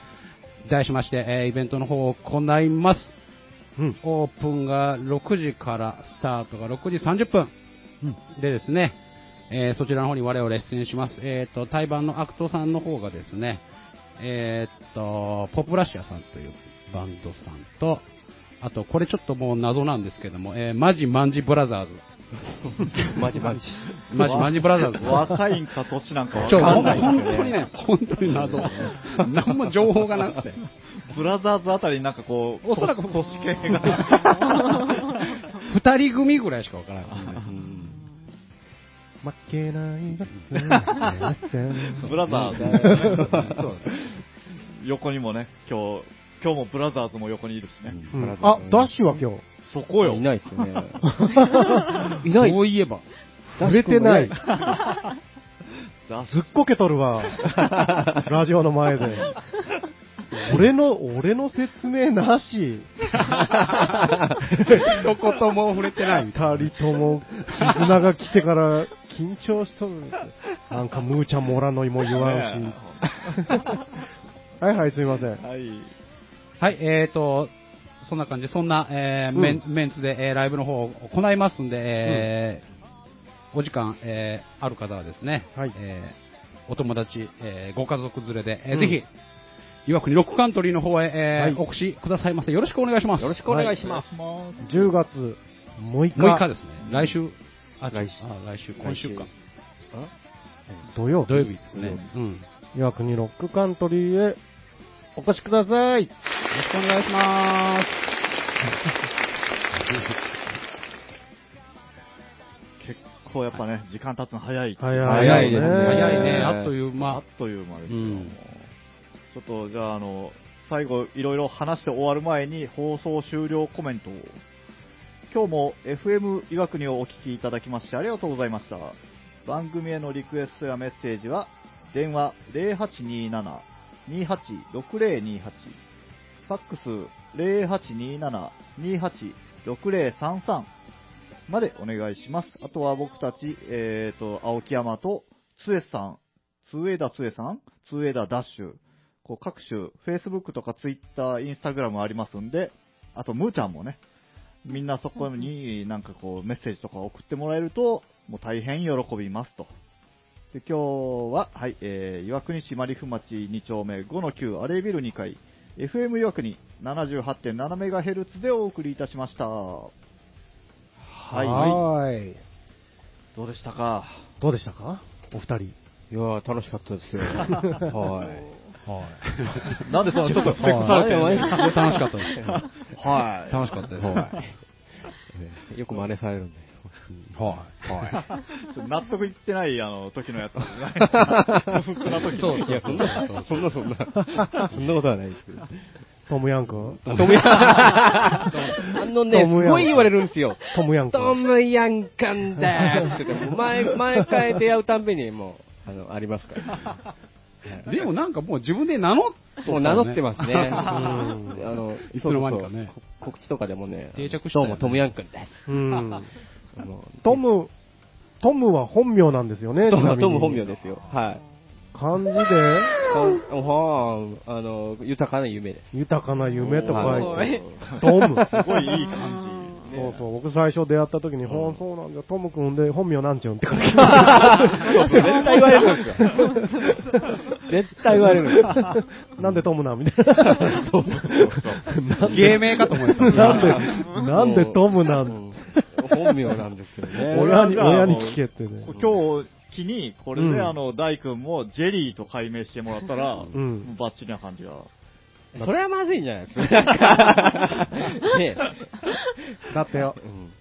Speaker 3: ー、題しまして、えーイベントの方を行います。
Speaker 2: うん。
Speaker 3: オープンが6時から、スタートが6時30分でですね、えーそちらの方に我々出演します。えっ、と、対バンのアクトさんの方がですね、えっ、と、ポプラシアさんというバンドさんと、あと、これちょっともう謎なんですけども、えーマジマンジブラザーズ。
Speaker 4: [laughs] マジマジ。
Speaker 3: マジマンジブラザーズ。
Speaker 1: 若いんか年なんかわ
Speaker 3: ちょ、
Speaker 1: か
Speaker 3: ほ
Speaker 1: ん
Speaker 3: ん
Speaker 1: ない
Speaker 3: 本
Speaker 1: です
Speaker 3: 当
Speaker 1: よ
Speaker 3: に
Speaker 1: ね。
Speaker 3: ね、本当に謎。何も情報がなくて。
Speaker 1: ブラザーズあたりになんかこう、
Speaker 3: おそらく
Speaker 1: 都市系が。
Speaker 3: [laughs] 二人組ぐらいしかわからない。
Speaker 2: 負けない
Speaker 3: [laughs]
Speaker 2: です
Speaker 1: ブラザーズ。
Speaker 3: そう
Speaker 1: 横にもね、今日、今日もブラザーズも横にいるしね。
Speaker 2: うんあ、ダッシュは今日。
Speaker 1: そこよ。
Speaker 4: いないっすよね。
Speaker 3: いない。そういえば。
Speaker 2: 触れてない。ず
Speaker 1: ダッシ
Speaker 2: っこけとる
Speaker 3: [laughs]
Speaker 2: わ。ラジオの前で。俺の、俺の説明な
Speaker 3: [laughs]
Speaker 2: し。 [laughs]
Speaker 3: 一言も触れてない。
Speaker 2: 二人とも、絆が来てから緊張しとる。なんか、むーちゃんもおらんのにも言わんし。
Speaker 1: ね
Speaker 2: はいはい、すみません。
Speaker 1: はい。
Speaker 3: はい、えーと、そんな感じで、そんな、えー
Speaker 2: うん
Speaker 3: メンメンツで、えーライブの方を行いますんで、えーお時間、えーある方はですね、
Speaker 2: はい
Speaker 3: えーお友達、えーご家族連れで、えー
Speaker 2: うん
Speaker 3: ぜひ、岩国ロックカントリーの方へ、えー
Speaker 2: はい
Speaker 3: お越しくださいませ。よろしくお願いします。
Speaker 4: よろしくお願いします。
Speaker 2: 10月6日、
Speaker 3: 6日ですね。来週、あ、
Speaker 4: 来週
Speaker 3: あ来週、今週か
Speaker 4: 来。
Speaker 2: 土曜
Speaker 3: 土曜日
Speaker 2: 日、
Speaker 3: ですね。うん。
Speaker 2: 岩国ロックカントリーへお越しください。
Speaker 3: よろしくお願いします。
Speaker 1: 結構やっぱね、時間経つの早い。
Speaker 2: 早い
Speaker 4: 早いですね
Speaker 3: 早いね、
Speaker 4: えー
Speaker 3: あっという
Speaker 1: あ
Speaker 3: 間
Speaker 1: っ。という間ですよ、
Speaker 3: うん
Speaker 1: もうちょっとじゃあ、あの、最後いろいろ話して終わる前に放送終了コメントを。今日も FM 岩国をお聞きいただきましてありがとうございました。番組へのリクエストやメッセージは、電話0827-286028、ファックス0827-286033までお願いします。あとは僕たち、えっ、と、青木山と、つえさん、ツーエダツエさん、ツーエダダッシュ、こう各種、Facebook とか Twitter、Instagram ありますんで、あと、むーちゃんもね、みんなそこになんかこうメッセージとか送ってもらえると、もう大変喜びますと。で今日は、はい、えー、岩国市マリフ町2丁目5の9アレイビル2階、FM 岩国78.7メガヘルツでお送りいたしました。は。
Speaker 2: はいーい。
Speaker 1: どうでしたか
Speaker 2: どうでしたかお二人。
Speaker 4: いやー、楽しかった [laughs] ですよ。はい。
Speaker 1: なんでそんなちょっとスペックされてる
Speaker 4: はい
Speaker 3: 楽しかったです。
Speaker 1: はい。
Speaker 3: 楽しかったです。
Speaker 4: い。よく真似されるんで。
Speaker 3: はい。は
Speaker 1: 納得いってない、あの、時のやつなん [laughs] じゃない不服な時の
Speaker 4: いや、そんな、そんな、そんな、そんなことはないですけど。
Speaker 2: トムヤン君
Speaker 4: トムヤン。あのね、
Speaker 2: トムヤン
Speaker 4: すごい言われるんですよ。
Speaker 2: トムヤン君
Speaker 4: トムヤンカンだーって言ってもう毎、毎回出会うたんびに、もう、あの、ありますから。
Speaker 3: い。でもなんかもう自分で名乗っ
Speaker 4: [laughs] もう名乗ってますね。うん
Speaker 2: ん
Speaker 4: あの、
Speaker 3: いつの間にかね
Speaker 4: そうそうこ告知とかでもね、
Speaker 3: 定着したよね
Speaker 4: どうもトムヤン君です。
Speaker 2: うん。
Speaker 4: あの
Speaker 2: トム、トムは本名なんですよね、
Speaker 4: ト
Speaker 2: ちなみ
Speaker 4: ム、
Speaker 2: に
Speaker 4: トム本名ですよ。は
Speaker 2: 漢字で、
Speaker 4: おはーあの、豊かな夢です。
Speaker 2: 豊かな夢と
Speaker 4: お
Speaker 2: 書い
Speaker 4: ー
Speaker 2: て、トム。
Speaker 1: すごいいい感
Speaker 5: あ
Speaker 2: そうそう、僕最初出会った時に、ほんそうなんだよ、トム君で本名なんちゅうんって書いてあ
Speaker 4: 絶対言われるんですよ。絶対言われるんですよ。
Speaker 2: るなんでトムなんみたいな。そうそう
Speaker 3: 芸名かと思いました。
Speaker 2: なんで、なんでトムな
Speaker 4: うんん本名なんですよね。
Speaker 2: 親に、親に聞けってね。
Speaker 1: じ。今日、機に、これで、
Speaker 2: うん
Speaker 1: あの、大君もジェリーと解明してもらったら、
Speaker 2: ん
Speaker 1: バッチリな感じが。
Speaker 4: それはまずいんじゃないです
Speaker 2: [laughs]
Speaker 4: か。ね
Speaker 2: だってよ
Speaker 4: え。う。ん
Speaker 1: うん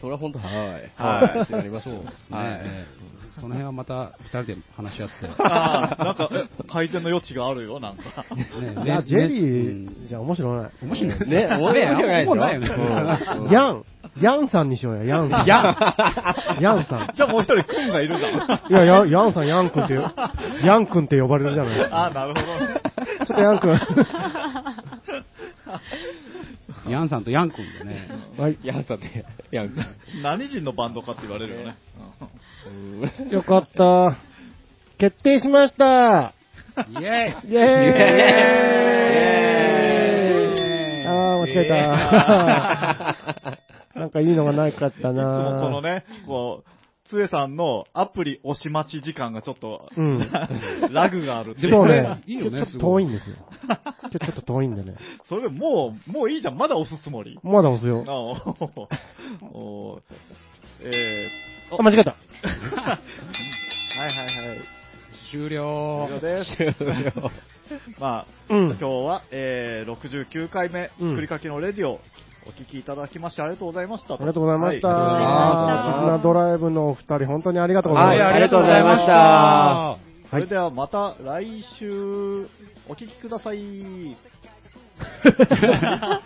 Speaker 4: それは本当、はい。
Speaker 1: はい
Speaker 4: ってなりますよ。
Speaker 1: はい
Speaker 3: ねその辺はまた二人で話
Speaker 4: [laughs]
Speaker 3: し合って。
Speaker 1: ああ、なんか、改善の余地があるよ、なん
Speaker 2: [laughs]
Speaker 1: か。
Speaker 3: ね
Speaker 2: いやジェリ
Speaker 3: ね
Speaker 2: ーじゃ面白ない。
Speaker 3: 面白い
Speaker 4: ね、面白くないですよ。うん
Speaker 2: ヤン、ヤンさんにしようや、ヤンさん。ヤンさ
Speaker 1: じゃあもう一人、君がいるんだ。
Speaker 2: ん。いや、ヤンヤンさん、ヤン君って、ヤン君って呼ばれるじゃ
Speaker 1: あ
Speaker 2: な
Speaker 1: あ、なるほどね。
Speaker 2: い。ちょっとヤン君。
Speaker 3: ヤンさんとヤン君でね。
Speaker 2: はい。
Speaker 4: ヤンさんって、
Speaker 2: [laughs]
Speaker 4: ヤンさん。
Speaker 1: 何人のバンドかって言われるよね。
Speaker 4: うん
Speaker 2: よかった。決定しました。
Speaker 3: イェイ
Speaker 2: イェーイあー、間違えた。なんかいいのがないかった
Speaker 1: いつもこの
Speaker 2: な
Speaker 1: ね、こう、つえさんのアプリ押し待ち時間がちょっと、 [laughs]
Speaker 2: うん。
Speaker 1: ラグがあるっていう
Speaker 2: そうね。
Speaker 3: いいよね
Speaker 2: ちょっと
Speaker 3: すご
Speaker 2: 遠
Speaker 3: い
Speaker 2: いんですよ。今日ちょっと遠いんでね。
Speaker 1: それでもう、もういいじゃん、まだ押すつもり。
Speaker 2: まだ押すよ
Speaker 1: あ。おおえ
Speaker 2: あ、間違えた。
Speaker 1: ー、はいはいはい。
Speaker 3: 終了
Speaker 1: 以上です。まあ、
Speaker 2: うん
Speaker 1: 今日は、えー、69回目、
Speaker 2: うん
Speaker 1: 作りかけのレディオ、お聞きいただきましてありがとうございました。
Speaker 2: ありがとうございました。
Speaker 1: は
Speaker 2: キズナドライブのお二人、本当にありがとうございました。
Speaker 4: はいありがとうございました
Speaker 3: あ
Speaker 1: それではまた来週、お聞きください。
Speaker 3: りがとうございま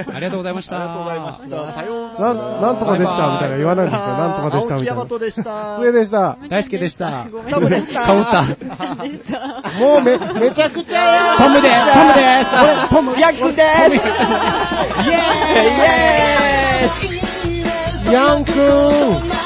Speaker 3: した。
Speaker 1: ありがとうございました。さような
Speaker 2: な
Speaker 1: ら。
Speaker 2: ん、なんとかでした、みたいな言わないんですよ。なんとかでした、み
Speaker 1: 青
Speaker 2: たいな。
Speaker 1: 木大和でした。
Speaker 2: 上でした。
Speaker 3: 大好きでした
Speaker 5: ごめん
Speaker 1: タ
Speaker 5: な
Speaker 1: ム
Speaker 5: さ
Speaker 1: でし
Speaker 5: い。
Speaker 1: た。
Speaker 5: タムでした。
Speaker 2: もうめ、めちゃくちゃ
Speaker 3: トムですトムですヤン君ですイェーイ
Speaker 2: ヤンくん
Speaker 6: 「